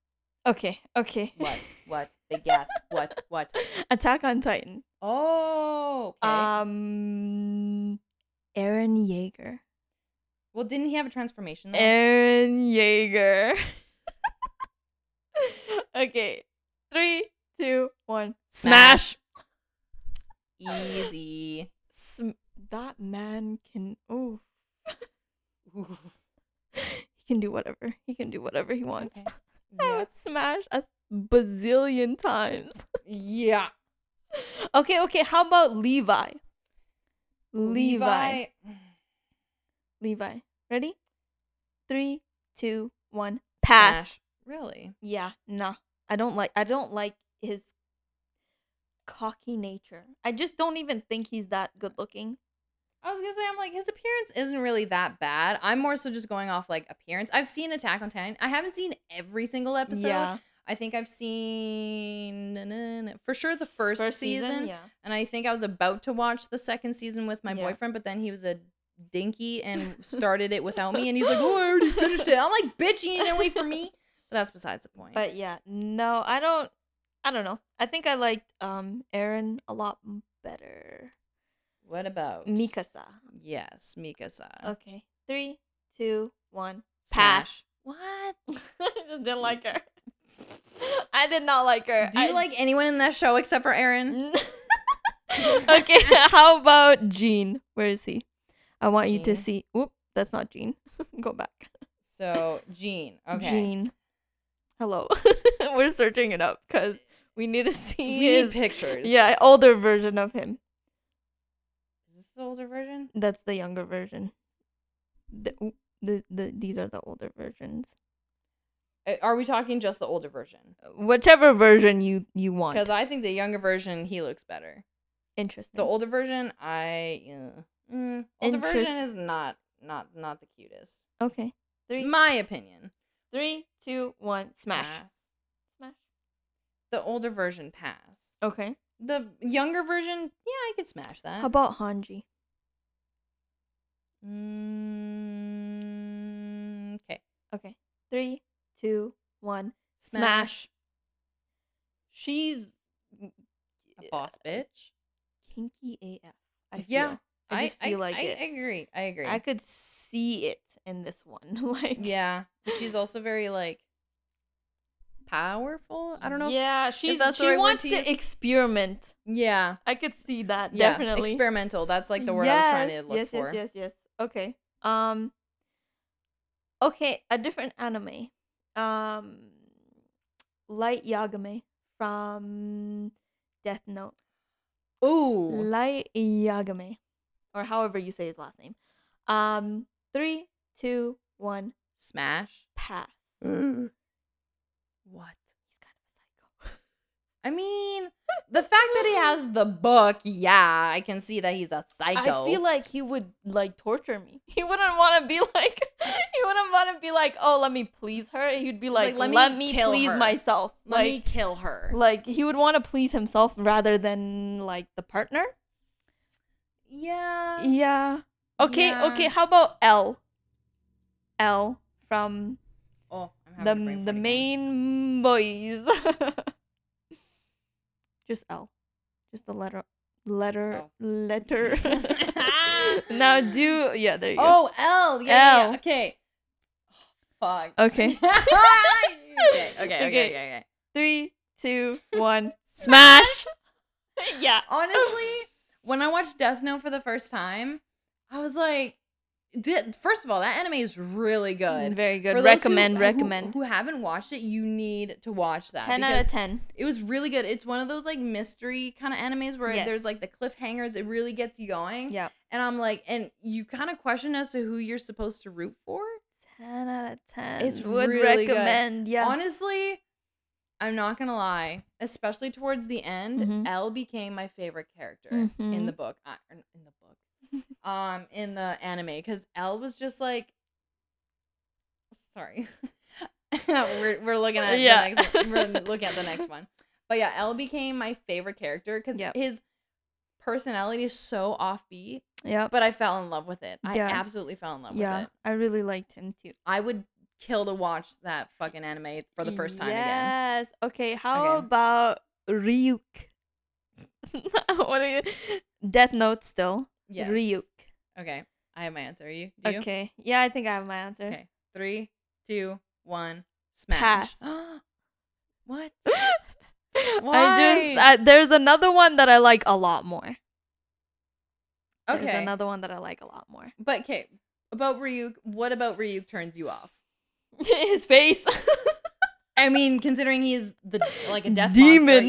[SPEAKER 2] <gasps> okay. Okay.
[SPEAKER 1] what? What? Big gasp. What? What?
[SPEAKER 2] <laughs> Attack on Titan.
[SPEAKER 1] Oh. Okay.
[SPEAKER 2] Uh, Um, Aaron Yeager.
[SPEAKER 1] well, didn't he have a transformation? Though?
[SPEAKER 2] eh, Aaron Yeager. <laughs> okay. Three, two, one.
[SPEAKER 1] Smash. Easy.
[SPEAKER 2] Sm- that man can. Oh,
[SPEAKER 1] Ooh,
[SPEAKER 2] he can do whatever. He can do whatever he wants.
[SPEAKER 1] okay.
[SPEAKER 2] <laughs> I would smash a bazillion times. <laughs>
[SPEAKER 1] Yeah.
[SPEAKER 2] Okay, okay. How about Levi? Levi.
[SPEAKER 1] Levi.
[SPEAKER 2] Levi. Ready? Three, two, one. Pass.
[SPEAKER 1] Smash. Really?
[SPEAKER 2] Yeah, nah. I don't like I don't like his cocky nature. I just don't even think he's that good looking.
[SPEAKER 1] I was gonna say, I'm like, his appearance isn't really that bad. I'm more so just going off like appearance. I've seen Attack on Titan. I haven't seen every single episode.
[SPEAKER 2] Yeah.
[SPEAKER 1] I think I've seen na- na- na- for sure the first, season,
[SPEAKER 2] Yeah.
[SPEAKER 1] and I think I was about to watch the second season with my
[SPEAKER 2] Yeah.
[SPEAKER 1] boyfriend, but then he was a dinky and
[SPEAKER 2] <laughs>
[SPEAKER 1] started it without me, and he's like, "Oh, I already finished it." I'm like, "Bitch, you didn't wait for me." But that's besides the point.
[SPEAKER 2] But yeah, no, I don't I don't know. I think I liked um Aaron a lot m- better.
[SPEAKER 1] what about
[SPEAKER 2] Mikasa.
[SPEAKER 1] Yes, Mikasa.
[SPEAKER 2] Okay. Three, two, one.
[SPEAKER 1] Smash.
[SPEAKER 2] What? I just <laughs> didn't like her. <laughs> I did not like her.
[SPEAKER 1] Do you
[SPEAKER 2] I-
[SPEAKER 1] like anyone in that show except for
[SPEAKER 2] <laughs>
[SPEAKER 1] Aaron?
[SPEAKER 2] okay, <laughs> how about Gene? Where is he? I want you to
[SPEAKER 1] Gene?
[SPEAKER 2] see. Whoop, that's not Gene. <laughs> Go back.
[SPEAKER 1] So Jean. Okay.
[SPEAKER 2] Gene. Hello. <laughs> We're searching it up because we need to see
[SPEAKER 1] We
[SPEAKER 2] his
[SPEAKER 1] need pictures.
[SPEAKER 2] yeah older version of him.
[SPEAKER 1] Is this the older version?
[SPEAKER 2] That's the younger version. The, oop, the, the these are the older versions.
[SPEAKER 1] Uh, Are we talking just the older version?
[SPEAKER 2] Whichever version you you want.
[SPEAKER 1] Because I think the younger version he looks better.
[SPEAKER 2] Interesting.
[SPEAKER 1] The older version, I uh, mm, older version is not not not the cutest.
[SPEAKER 2] okay. Three.
[SPEAKER 1] My opinion.
[SPEAKER 2] Three, two, one. Smash.
[SPEAKER 1] Pass.
[SPEAKER 2] Smash.
[SPEAKER 1] The older version pass.
[SPEAKER 2] Ah. Okay.
[SPEAKER 1] The younger version, yeah, I could smash that.
[SPEAKER 2] How about Hanji?
[SPEAKER 1] Mm, okay.
[SPEAKER 2] Okay. Three, two, one. Smash. She's eh,
[SPEAKER 1] A boss bitch.
[SPEAKER 2] kinky AF. I feel.
[SPEAKER 1] Yeah,
[SPEAKER 2] I just feel like
[SPEAKER 1] I
[SPEAKER 2] it.
[SPEAKER 1] agree. I agree.
[SPEAKER 2] <laughs> I could see it in this one. <laughs> like
[SPEAKER 1] Yeah. She's also very like powerful. I don't know. if-
[SPEAKER 2] Yeah, she's
[SPEAKER 1] that's the
[SPEAKER 2] she
[SPEAKER 1] right word
[SPEAKER 2] wants
[SPEAKER 1] to
[SPEAKER 2] to
[SPEAKER 1] use.
[SPEAKER 2] experiment.
[SPEAKER 1] yeah.
[SPEAKER 2] I could see that
[SPEAKER 1] yeah.
[SPEAKER 2] definitely.
[SPEAKER 1] Experimental. That's like the word I was trying to look
[SPEAKER 2] yes,
[SPEAKER 1] for.
[SPEAKER 2] Yes, yes, yes, yes. Okay. Um. Okay, a different anime. Um, Light Yagame from Death Note.
[SPEAKER 1] Ooh.
[SPEAKER 2] Light Yagame, or however you say his last name. Um, three, two, one,
[SPEAKER 1] Smash.
[SPEAKER 2] pass. He's
[SPEAKER 1] what?
[SPEAKER 2] kind of a psycho.
[SPEAKER 1] I
[SPEAKER 2] <laughs>
[SPEAKER 1] mean, the fact that he has the book, yeah, I can see that he's a psycho.
[SPEAKER 2] I feel like he would like torture me. <laughs> He wouldn't want to be like. <laughs> He wouldn't want to be like, oh, let me please her. He'd be like,
[SPEAKER 1] like,
[SPEAKER 2] let
[SPEAKER 1] "Let
[SPEAKER 2] me,
[SPEAKER 1] me kill
[SPEAKER 2] please
[SPEAKER 1] her.
[SPEAKER 2] myself.
[SPEAKER 1] Let
[SPEAKER 2] like,
[SPEAKER 1] me kill her.
[SPEAKER 2] like he would want to please himself rather than like the partner.
[SPEAKER 1] yeah.
[SPEAKER 2] Yeah. Okay.
[SPEAKER 1] Uh, Yeah.
[SPEAKER 2] Okay. How about L? L from
[SPEAKER 1] Oh, I'm having
[SPEAKER 2] the
[SPEAKER 1] a brain fart
[SPEAKER 2] the
[SPEAKER 1] again.
[SPEAKER 2] main boys. <laughs> Just L. Just the letter letter
[SPEAKER 1] Oh. <laughs>
[SPEAKER 2] letter. <laughs> now do yeah, there you go.
[SPEAKER 1] Oh, L. Yeah, yeah, yeah,
[SPEAKER 2] L.
[SPEAKER 1] Okay. Fuck. <laughs> okay, okay,
[SPEAKER 2] Okay. <laughs>
[SPEAKER 1] okay,
[SPEAKER 2] Okay.
[SPEAKER 1] okay, okay.
[SPEAKER 2] Three,
[SPEAKER 1] <laughs>
[SPEAKER 2] two, one, smash. yeah.
[SPEAKER 1] Honestly, when I watched Death Note for the first time, I was like, thi- first of all, that anime is really good.
[SPEAKER 2] Mm, Very good.
[SPEAKER 1] For those who- uh,
[SPEAKER 2] recommend,
[SPEAKER 1] who-
[SPEAKER 2] recommend.
[SPEAKER 1] Who, haven't watched it, you need to watch that.
[SPEAKER 2] ten out
[SPEAKER 1] because
[SPEAKER 2] of ten.
[SPEAKER 1] It was really good. It's one of those like mystery kind of animes where
[SPEAKER 2] Yes.
[SPEAKER 1] there's like the cliffhangers. It really gets you going.
[SPEAKER 2] Yeah.
[SPEAKER 1] And I'm like, and you kind of question as to who you're supposed to root for.
[SPEAKER 2] Ten out of ten.
[SPEAKER 1] It's
[SPEAKER 2] would
[SPEAKER 1] really good.
[SPEAKER 2] recommend. Yeah.
[SPEAKER 1] Honestly, I'm not gonna lie. Especially towards the end,
[SPEAKER 2] Mhm.
[SPEAKER 1] Elle became my favorite character in
[SPEAKER 2] Mhm.
[SPEAKER 1] the book. uh, or in the book, um, in the anime, because Elle was just like, sorry, <laughs> we're, we're looking at
[SPEAKER 2] Yeah.
[SPEAKER 1] the next,
[SPEAKER 2] <laughs>
[SPEAKER 1] we're looking at the next one. But yeah, L became my favorite character because
[SPEAKER 2] Yep.
[SPEAKER 1] his personality is so offbeat,
[SPEAKER 2] Yeah.
[SPEAKER 1] but I fell in love with it. I
[SPEAKER 2] Yeah.
[SPEAKER 1] absolutely fell in love
[SPEAKER 2] Yeah.
[SPEAKER 1] with it.
[SPEAKER 2] I really liked him too.
[SPEAKER 1] I would kill to watch that fucking anime for the first time again.
[SPEAKER 2] Yes. Okay. How
[SPEAKER 1] Okay.
[SPEAKER 2] about Ryuk? <laughs> what are you? Death Note still.
[SPEAKER 1] Yes.
[SPEAKER 2] Ryuk.
[SPEAKER 1] Okay, I have my answer. You do you?
[SPEAKER 2] Okay. Yeah, I think I have my answer.
[SPEAKER 1] Okay. Three, two, one. Smash. <gasps>
[SPEAKER 2] <gasps>
[SPEAKER 1] what?
[SPEAKER 2] <laughs> I
[SPEAKER 1] Why?
[SPEAKER 2] just I, there's another one that I like a lot more. There's
[SPEAKER 1] Okay.
[SPEAKER 2] another one that I like a lot
[SPEAKER 1] <laughs>
[SPEAKER 2] more.
[SPEAKER 1] but okay, about Ryuk. What about Ryuk turns you off?
[SPEAKER 2] His face.
[SPEAKER 1] I mean, considering he's the like a death
[SPEAKER 2] Demon,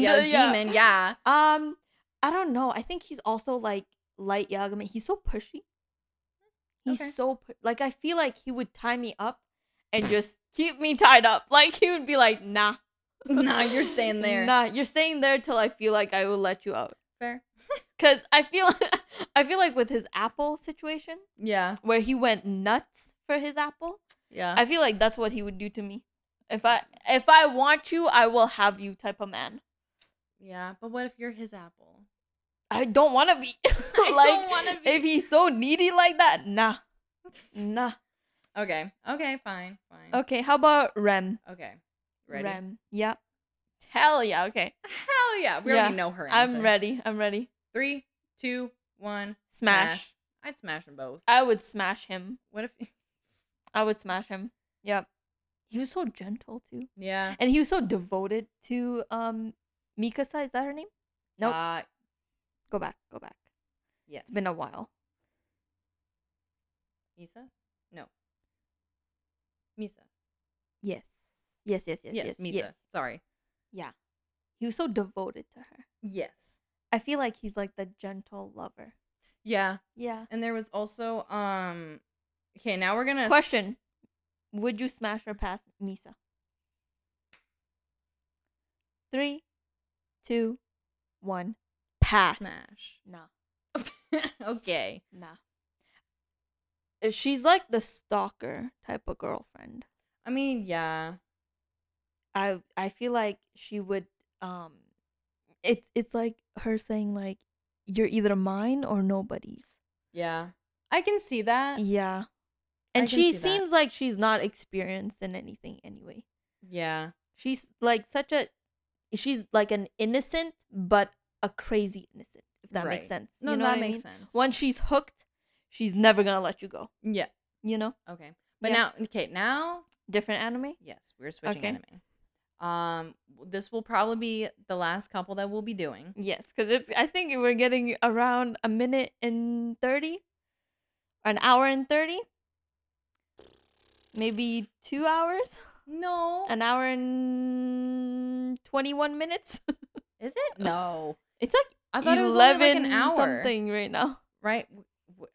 [SPEAKER 1] monster, yeah,
[SPEAKER 2] yeah.
[SPEAKER 1] demon, yeah. <laughs>
[SPEAKER 2] um, I don't know. I think he's also like light Yagami. He's so pushy. He's
[SPEAKER 1] Okay.
[SPEAKER 2] so pu- like I feel like he would tie me up and just keep me tied up. Like he would be like, nah.
[SPEAKER 1] Nah, you're staying there.
[SPEAKER 2] <laughs> Nah, you're staying there till I feel like I will let you out.
[SPEAKER 1] Fair.
[SPEAKER 2] Cause I feel <laughs> I feel like with his apple situation
[SPEAKER 1] Yeah,
[SPEAKER 2] where he went nuts for his apple,
[SPEAKER 1] yeah.
[SPEAKER 2] I feel like that's what he would do to me. If I if I want you, I will have you type of man.
[SPEAKER 1] yeah, but what if you're his
[SPEAKER 2] <laughs>
[SPEAKER 1] apple?
[SPEAKER 2] I don't want to be. <laughs>
[SPEAKER 1] don't
[SPEAKER 2] Like,
[SPEAKER 1] wanna
[SPEAKER 2] If he's so needy like that, nah, nah.
[SPEAKER 1] Okay, okay, fine, fine.
[SPEAKER 2] Okay, how about Rem?
[SPEAKER 1] Okay, ready?
[SPEAKER 2] Rem, yeah. Hell yeah. Okay,
[SPEAKER 1] Hell yeah, we
[SPEAKER 2] Yeah,
[SPEAKER 1] already know her answer.
[SPEAKER 2] I'm ready. I'm ready.
[SPEAKER 1] Three, two, one.
[SPEAKER 2] Smash.
[SPEAKER 1] I'd smash them both.
[SPEAKER 2] I would smash him.
[SPEAKER 1] What if? <laughs>
[SPEAKER 2] I would smash him. Yep. He was so gentle too,
[SPEAKER 1] Yeah.
[SPEAKER 2] and he was so devoted to um Mikasa. Is that her name? Nope.
[SPEAKER 1] Uh,
[SPEAKER 2] Go back. Go back.
[SPEAKER 1] yes.
[SPEAKER 2] It's been a while.
[SPEAKER 1] Misa? No. Misa.
[SPEAKER 2] Yes. Yes. Yes. Yes.
[SPEAKER 1] Yes,
[SPEAKER 2] Yes.
[SPEAKER 1] Misa.
[SPEAKER 2] yes.
[SPEAKER 1] Sorry.
[SPEAKER 2] He was so devoted to her.
[SPEAKER 1] Yes.
[SPEAKER 2] I feel like he's like the gentle lover.
[SPEAKER 1] Yeah.
[SPEAKER 2] Yeah.
[SPEAKER 1] And there was also um. Okay, now we're gonna s-
[SPEAKER 2] Question: Would you smash or pass Misa? Three, two, one. Pass.
[SPEAKER 1] smash. <laughs>
[SPEAKER 2] Nah.
[SPEAKER 1] okay.
[SPEAKER 2] Nah. Uh, She's like the stalker type of girlfriend.
[SPEAKER 1] I mean, yeah.
[SPEAKER 2] I I feel like she would um it's it's like her saying like you're either mine or nobody's.
[SPEAKER 1] Yeah. I can see that.
[SPEAKER 2] Yeah.
[SPEAKER 1] Uh, I
[SPEAKER 2] And
[SPEAKER 1] can see
[SPEAKER 2] she
[SPEAKER 1] that.
[SPEAKER 2] seems like she's not experienced in anything anyway.
[SPEAKER 1] Yeah.
[SPEAKER 2] She's like such a she's like an innocent but a crazy innocent, if that makes
[SPEAKER 1] Right.
[SPEAKER 2] sense.
[SPEAKER 1] No,
[SPEAKER 2] you know
[SPEAKER 1] that
[SPEAKER 2] what I
[SPEAKER 1] makes
[SPEAKER 2] mean?
[SPEAKER 1] sense.
[SPEAKER 2] Once she's hooked, she's never gonna let you go.
[SPEAKER 1] Yeah.
[SPEAKER 2] You know?
[SPEAKER 1] Okay. But
[SPEAKER 2] Yeah.
[SPEAKER 1] now, okay, now,
[SPEAKER 2] Different anime?
[SPEAKER 1] yes, we're switching
[SPEAKER 2] Okay.
[SPEAKER 1] anime. Um, this will probably be the last couple that we'll be doing.
[SPEAKER 2] Yes, because it's. I think we're getting around a minute and thirty, an hour and thirty, maybe two hours,
[SPEAKER 1] No.
[SPEAKER 2] an hour and twenty-one minutes.
[SPEAKER 1] Is it? No.
[SPEAKER 2] It's like
[SPEAKER 1] I thought it was only like an hour.
[SPEAKER 2] something right now.
[SPEAKER 1] Right? W- w-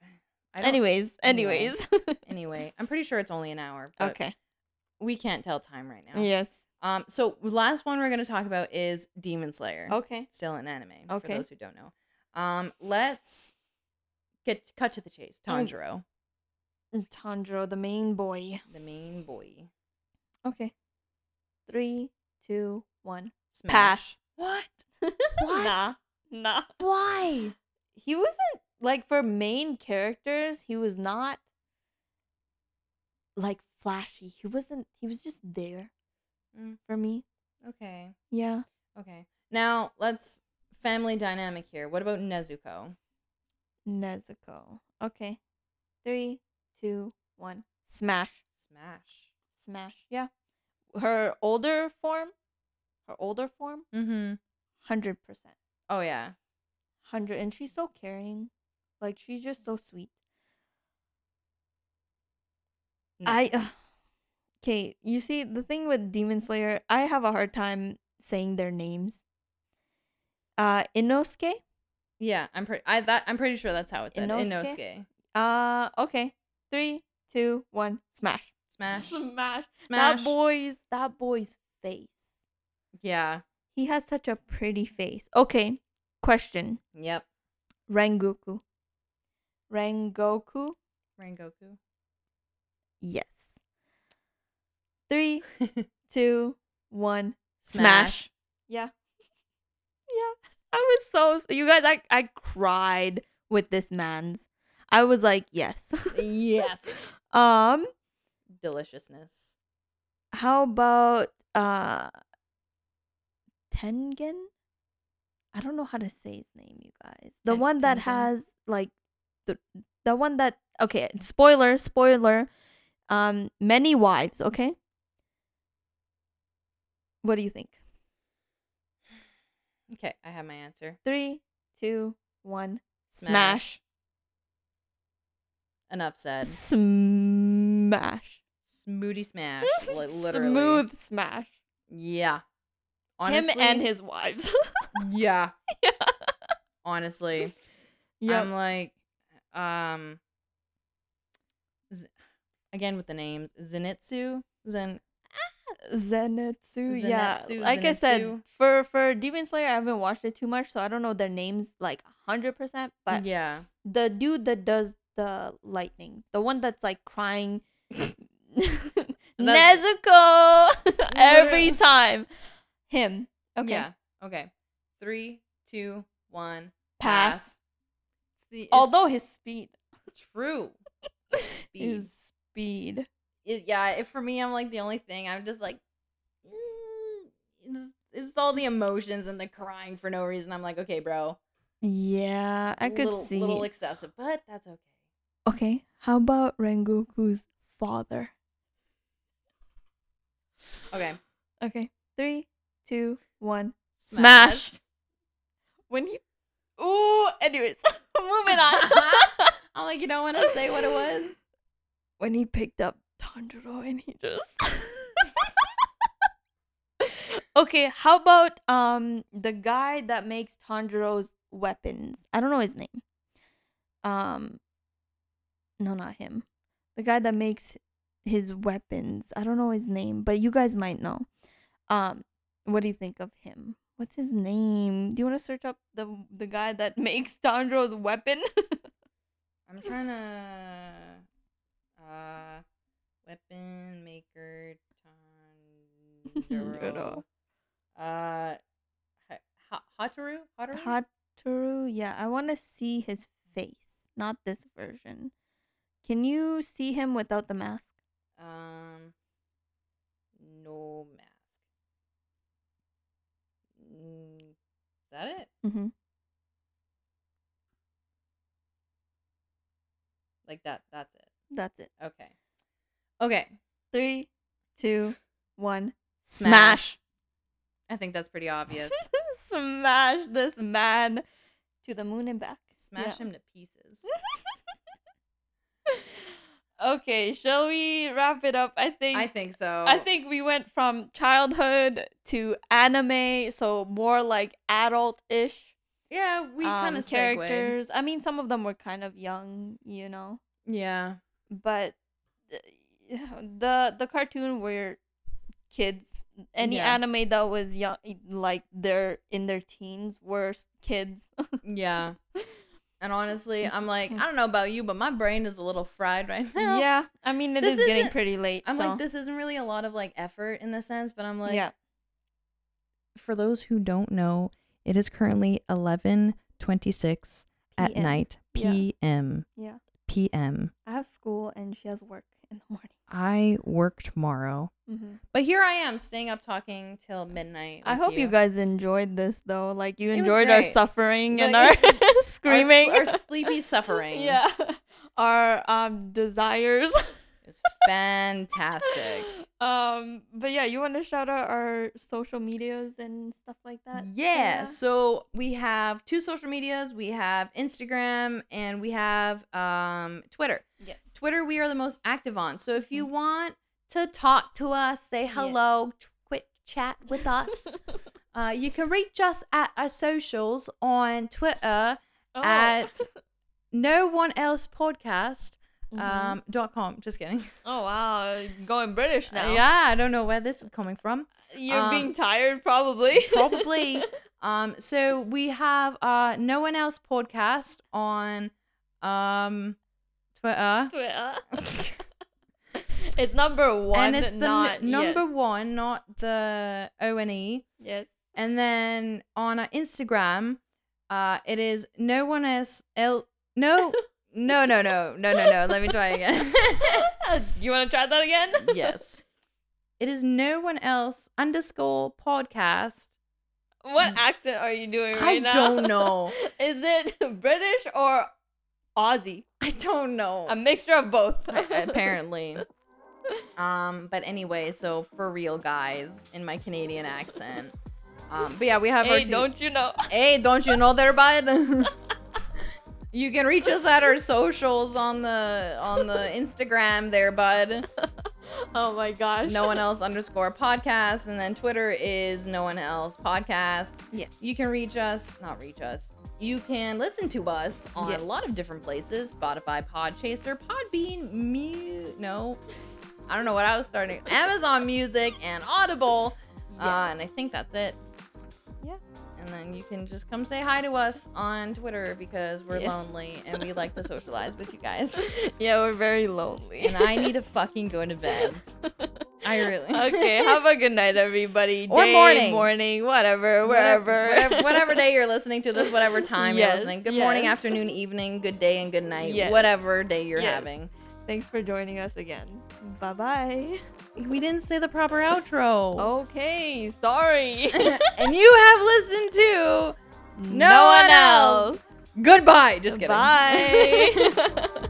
[SPEAKER 1] I don't-
[SPEAKER 2] Anyways,
[SPEAKER 1] anyway.
[SPEAKER 2] anyways.
[SPEAKER 1] Anyway, I'm pretty sure it's only an hour. But
[SPEAKER 2] okay.
[SPEAKER 1] We can't tell time right now.
[SPEAKER 2] Yes.
[SPEAKER 1] Um, so last one we're gonna talk about is Demon Slayer.
[SPEAKER 2] Okay.
[SPEAKER 1] Still an anime.
[SPEAKER 2] Okay.
[SPEAKER 1] For those who don't know. Um, let's get cut to the chase.
[SPEAKER 2] Mm.
[SPEAKER 1] Tanjiro,
[SPEAKER 2] Tanjiro, the main boy.
[SPEAKER 1] the main boy.
[SPEAKER 2] Okay. Three, two, one.
[SPEAKER 1] Smash.
[SPEAKER 2] Pass. <laughs>
[SPEAKER 1] What?
[SPEAKER 2] nah. Nah.
[SPEAKER 1] Why?
[SPEAKER 2] he wasn't like for main characters he was not like flashy he wasn't he was just there
[SPEAKER 1] Mm.
[SPEAKER 2] for me
[SPEAKER 1] Okay.
[SPEAKER 2] yeah
[SPEAKER 1] Okay. Now let's family dynamic here. What about Nezuko?
[SPEAKER 2] nezuko okay three two one smash
[SPEAKER 1] Smash.
[SPEAKER 2] smash yeah her older form her older form
[SPEAKER 1] Mm-hmm.
[SPEAKER 2] 100%
[SPEAKER 1] Oh yeah.
[SPEAKER 2] 100 and she's so caring like she's just so sweet
[SPEAKER 1] No.
[SPEAKER 2] I okay. You see, the thing with Demon Slayer, I have a hard time saying their names. Uh, Inosuke.
[SPEAKER 1] yeah. I'm pretty. I that I'm pretty sure that's how it's said. Inosuke.
[SPEAKER 2] Inosuke? Uh, okay. Three, two, one, smash,
[SPEAKER 1] Smash.
[SPEAKER 2] <laughs> smash.
[SPEAKER 1] Smash.
[SPEAKER 2] That boy's that boy's face.
[SPEAKER 1] Yeah.
[SPEAKER 2] He has such a pretty face. Okay. Question.
[SPEAKER 1] Yep.
[SPEAKER 2] Rengoku. Rengoku.
[SPEAKER 1] Rangoku.
[SPEAKER 2] Yes. Three, two, one.
[SPEAKER 1] Smash.
[SPEAKER 2] Yeah. Yeah. I was so s- you guys I I cried with this man's. I was like, yes. <laughs>
[SPEAKER 1] <laughs> yes.
[SPEAKER 2] um
[SPEAKER 1] Deliciousness.
[SPEAKER 2] how about uh Tengen? I don't know how to say his name, you guys. The
[SPEAKER 1] Ten-
[SPEAKER 2] one that
[SPEAKER 1] Tengen?
[SPEAKER 2] has like the the one that okay, spoiler, spoiler. Um many wives, okay? What do you think?
[SPEAKER 1] Okay, I have my answer.
[SPEAKER 2] Three, two, one, smash.
[SPEAKER 1] Smash. Enough said.
[SPEAKER 2] Smash.
[SPEAKER 1] Smoothie <laughs> smash.
[SPEAKER 2] <laughs>
[SPEAKER 1] Like literally.
[SPEAKER 2] Smooth smash.
[SPEAKER 1] Yeah. Honestly.
[SPEAKER 2] Him and his wives.
[SPEAKER 1] <laughs>
[SPEAKER 2] <laughs>
[SPEAKER 1] Yeah.
[SPEAKER 2] Yeah.
[SPEAKER 1] <laughs> Honestly.
[SPEAKER 2] yeah.
[SPEAKER 1] I'm like, um, Z- again with the names Zenitsu, Zen.
[SPEAKER 2] Zenitsu, yeah.
[SPEAKER 1] Zenitsu,
[SPEAKER 2] Like I said,
[SPEAKER 1] Zenitsu.
[SPEAKER 2] for for Demon Slayer, I haven't watched it too much, so I don't know their names like hundred percent. But
[SPEAKER 1] yeah,
[SPEAKER 2] the dude that does the lightning, the one that's like crying, <laughs> Nezuko, <laughs>
[SPEAKER 1] Literally.
[SPEAKER 2] every time, him. Okay,
[SPEAKER 1] yeah, okay. Three, two, one.
[SPEAKER 2] pass.
[SPEAKER 1] The,
[SPEAKER 2] Although his speed,
[SPEAKER 1] true.
[SPEAKER 2] <laughs>
[SPEAKER 1] Speed.
[SPEAKER 2] is speed.
[SPEAKER 1] It- yeah, it, for me, I'm like the only thing. I'm just like, mm, it's, it's all the emotions and the crying for no reason. I'm like, okay, bro.
[SPEAKER 2] Yeah, I could
[SPEAKER 1] little,
[SPEAKER 2] see.
[SPEAKER 1] little excessive, but that's okay.
[SPEAKER 2] okay, how about Rengoku's father?
[SPEAKER 1] Okay.
[SPEAKER 2] Okay, three, two, one.
[SPEAKER 1] Smash.
[SPEAKER 2] When he, ooh. Anyways, <laughs> moving
[SPEAKER 1] I'm like, you don't want to say what it was.
[SPEAKER 2] <laughs> when he picked up Tanjiro and he just. <laughs> okay, how about um the guy that makes Tanjiro's weapons? I don't know his name. Um, no, not him. The guy that makes his weapons. I don't know his name, but you guys might know. Um, what do you think of him? What's his name? Do you want to search up the the guy that <laughs> makes Tanjiro's weapon?
[SPEAKER 1] I'm trying to uh weapon
[SPEAKER 2] <laughs>
[SPEAKER 1] maker Tanjiro.
[SPEAKER 2] Tanjiro.
[SPEAKER 1] uh ha- Ha- Hataru? Hataru?
[SPEAKER 2] Hataru, yeah, I want to see his face, not this version. Can you see him without the mask?
[SPEAKER 1] um no mask. Mm, Is that it?
[SPEAKER 2] Mm-hmm.
[SPEAKER 1] Like that that's it.
[SPEAKER 2] That's it.
[SPEAKER 1] Okay. Okay.
[SPEAKER 2] Three, two, one.
[SPEAKER 1] Smash. I think that's pretty obvious.
[SPEAKER 2] <laughs> Smash this man to the moon and back.
[SPEAKER 1] Smash
[SPEAKER 2] Yeah.
[SPEAKER 1] him to pieces.
[SPEAKER 2] <laughs> Okay, shall we wrap it up? I think.
[SPEAKER 1] I think so.
[SPEAKER 2] I think we went from childhood to anime, so more like adult ish.
[SPEAKER 1] yeah, we kind
[SPEAKER 2] um,
[SPEAKER 1] of character.
[SPEAKER 2] characters. I mean, some of them were kind of young, you know,
[SPEAKER 1] Yeah.
[SPEAKER 2] but th- <laughs> the the cartoon were kids. Any
[SPEAKER 1] Yeah.
[SPEAKER 2] anime that was young, like they're in their teens, were s- kids. <laughs>
[SPEAKER 1] Yeah. And honestly, I'm like, I don't know about you, but my brain is a little fried right
[SPEAKER 2] <laughs>
[SPEAKER 1] now.
[SPEAKER 2] yeah, I mean, it
[SPEAKER 1] This
[SPEAKER 2] is getting
[SPEAKER 1] isn't-
[SPEAKER 2] pretty late.
[SPEAKER 1] I'm
[SPEAKER 2] so.
[SPEAKER 1] like, this isn't really a lot of like effort in the sense, but I'm like,
[SPEAKER 2] yeah,
[SPEAKER 1] for those who don't know, it is currently 11:26 at
[SPEAKER 2] PM.
[SPEAKER 1] night
[SPEAKER 2] Yeah.
[SPEAKER 1] p.m.
[SPEAKER 2] Yeah.
[SPEAKER 1] p.m.
[SPEAKER 2] I have school and she has work <laughs> in the morning.
[SPEAKER 1] I work tomorrow,
[SPEAKER 2] Mm-hmm.
[SPEAKER 1] but here I am staying up talking till midnight.
[SPEAKER 2] I
[SPEAKER 1] with
[SPEAKER 2] hope you. guys enjoyed this though. Like you
[SPEAKER 1] It was
[SPEAKER 2] enjoyed our
[SPEAKER 1] great.
[SPEAKER 2] suffering and <laughs> our
[SPEAKER 1] Like- Our s-
[SPEAKER 2] screaming. <laughs>
[SPEAKER 1] our, sleepy suffering.
[SPEAKER 2] yeah, <laughs> our um desires. <laughs>
[SPEAKER 1] it's fantastic.
[SPEAKER 2] um, but yeah, you want to shout out our social medias and stuff like that?
[SPEAKER 1] Yeah. So we have two social medias. We have Instagram and we have um, Twitter.
[SPEAKER 2] Yes.
[SPEAKER 1] Twitter, we are the most active on. So if
[SPEAKER 2] Mm.
[SPEAKER 1] you want to talk to us, say hello, t- quick chat with us, uh, you can reach us at our socials on Twitter
[SPEAKER 2] <laughs> Oh. <laughs>
[SPEAKER 1] at no one else podcast
[SPEAKER 2] Mhm.
[SPEAKER 1] um, dot com. Just
[SPEAKER 2] <laughs>
[SPEAKER 1] kidding.
[SPEAKER 2] oh wow, going British now.
[SPEAKER 1] <laughs> Yeah, I don't know where this is coming from.
[SPEAKER 2] You're
[SPEAKER 1] um,
[SPEAKER 2] being tired, probably.
[SPEAKER 1] <laughs>
[SPEAKER 2] <laughs>
[SPEAKER 1] probably um so we have uh no one else podcast on um twitter
[SPEAKER 2] Twitter. uh, <laughs> It's number
[SPEAKER 1] and
[SPEAKER 2] one,
[SPEAKER 1] it's the n-
[SPEAKER 2] not
[SPEAKER 1] number
[SPEAKER 2] yes.
[SPEAKER 1] one, not the O N E.
[SPEAKER 2] Yes.
[SPEAKER 1] And then on our Instagram, uh, it is no one s l <laughs> no no no no no no no. Let me try again. <laughs>
[SPEAKER 2] <laughs> you want to try that again?
[SPEAKER 1] yes, it is no one else underscore podcast.
[SPEAKER 2] What accent are you doing right
[SPEAKER 1] Mm. I
[SPEAKER 2] now?
[SPEAKER 1] don't know.
[SPEAKER 2] <laughs> Is it British or Aussie?
[SPEAKER 1] I don't know.
[SPEAKER 2] A mixture of both.
[SPEAKER 1] <laughs> apparently. Um, but anyway, so for real, guys, in my Canadian accent. Um, but yeah, we have our
[SPEAKER 2] Hey,
[SPEAKER 1] two-
[SPEAKER 2] don't you know? <laughs>
[SPEAKER 1] Hey, don't you know there, bud? <laughs> you can reach us at our socials on the on the Instagram there, bud.
[SPEAKER 2] Oh my
[SPEAKER 1] <laughs>
[SPEAKER 2] gosh.
[SPEAKER 1] No one else underscore podcast, and then Twitter is no one else podcast.
[SPEAKER 2] Yes.
[SPEAKER 1] You can reach us, not reach us. You can listen to us on
[SPEAKER 2] Yes.
[SPEAKER 1] a lot of different places: Spotify, Podchaser, Podbean, Mu. No, I don't know what I was starting. Amazon Music and Audible, uh, and I think that's it.
[SPEAKER 2] Yeah.
[SPEAKER 1] And then you can just come say hi to us on Twitter because we're
[SPEAKER 2] Yes.
[SPEAKER 1] lonely and we like to socialize with you
[SPEAKER 2] <laughs>
[SPEAKER 1] guys. <laughs>
[SPEAKER 2] yeah, we're very lonely.
[SPEAKER 1] And I need to fucking go to bed.
[SPEAKER 2] <laughs>
[SPEAKER 1] I really. <laughs>
[SPEAKER 2] okay, have a good night, everybody.
[SPEAKER 1] Or
[SPEAKER 2] Day,
[SPEAKER 1] morning.
[SPEAKER 2] morning, whatever,
[SPEAKER 1] Whatever-
[SPEAKER 2] wherever,
[SPEAKER 1] whatever, whatever day you're listening to this, whatever
[SPEAKER 2] <laughs>
[SPEAKER 1] time you're
[SPEAKER 2] Yes,
[SPEAKER 1] listening. Good morning,
[SPEAKER 2] yes.
[SPEAKER 1] afternoon, evening, good day, and good night.
[SPEAKER 2] Yes.
[SPEAKER 1] Whatever day you're
[SPEAKER 2] Yes.
[SPEAKER 1] having.
[SPEAKER 2] <laughs> Thanks for joining us again. Bye bye.
[SPEAKER 1] We didn't say the proper
[SPEAKER 2] Oh.
[SPEAKER 1] outro.
[SPEAKER 2] Okay,
[SPEAKER 1] <laughs>
[SPEAKER 2] sorry. <laughs>
[SPEAKER 1] and you have listened to
[SPEAKER 2] no one else.
[SPEAKER 1] Goodbye. Just kidding. <laughs>
[SPEAKER 2] <laughs> Bye.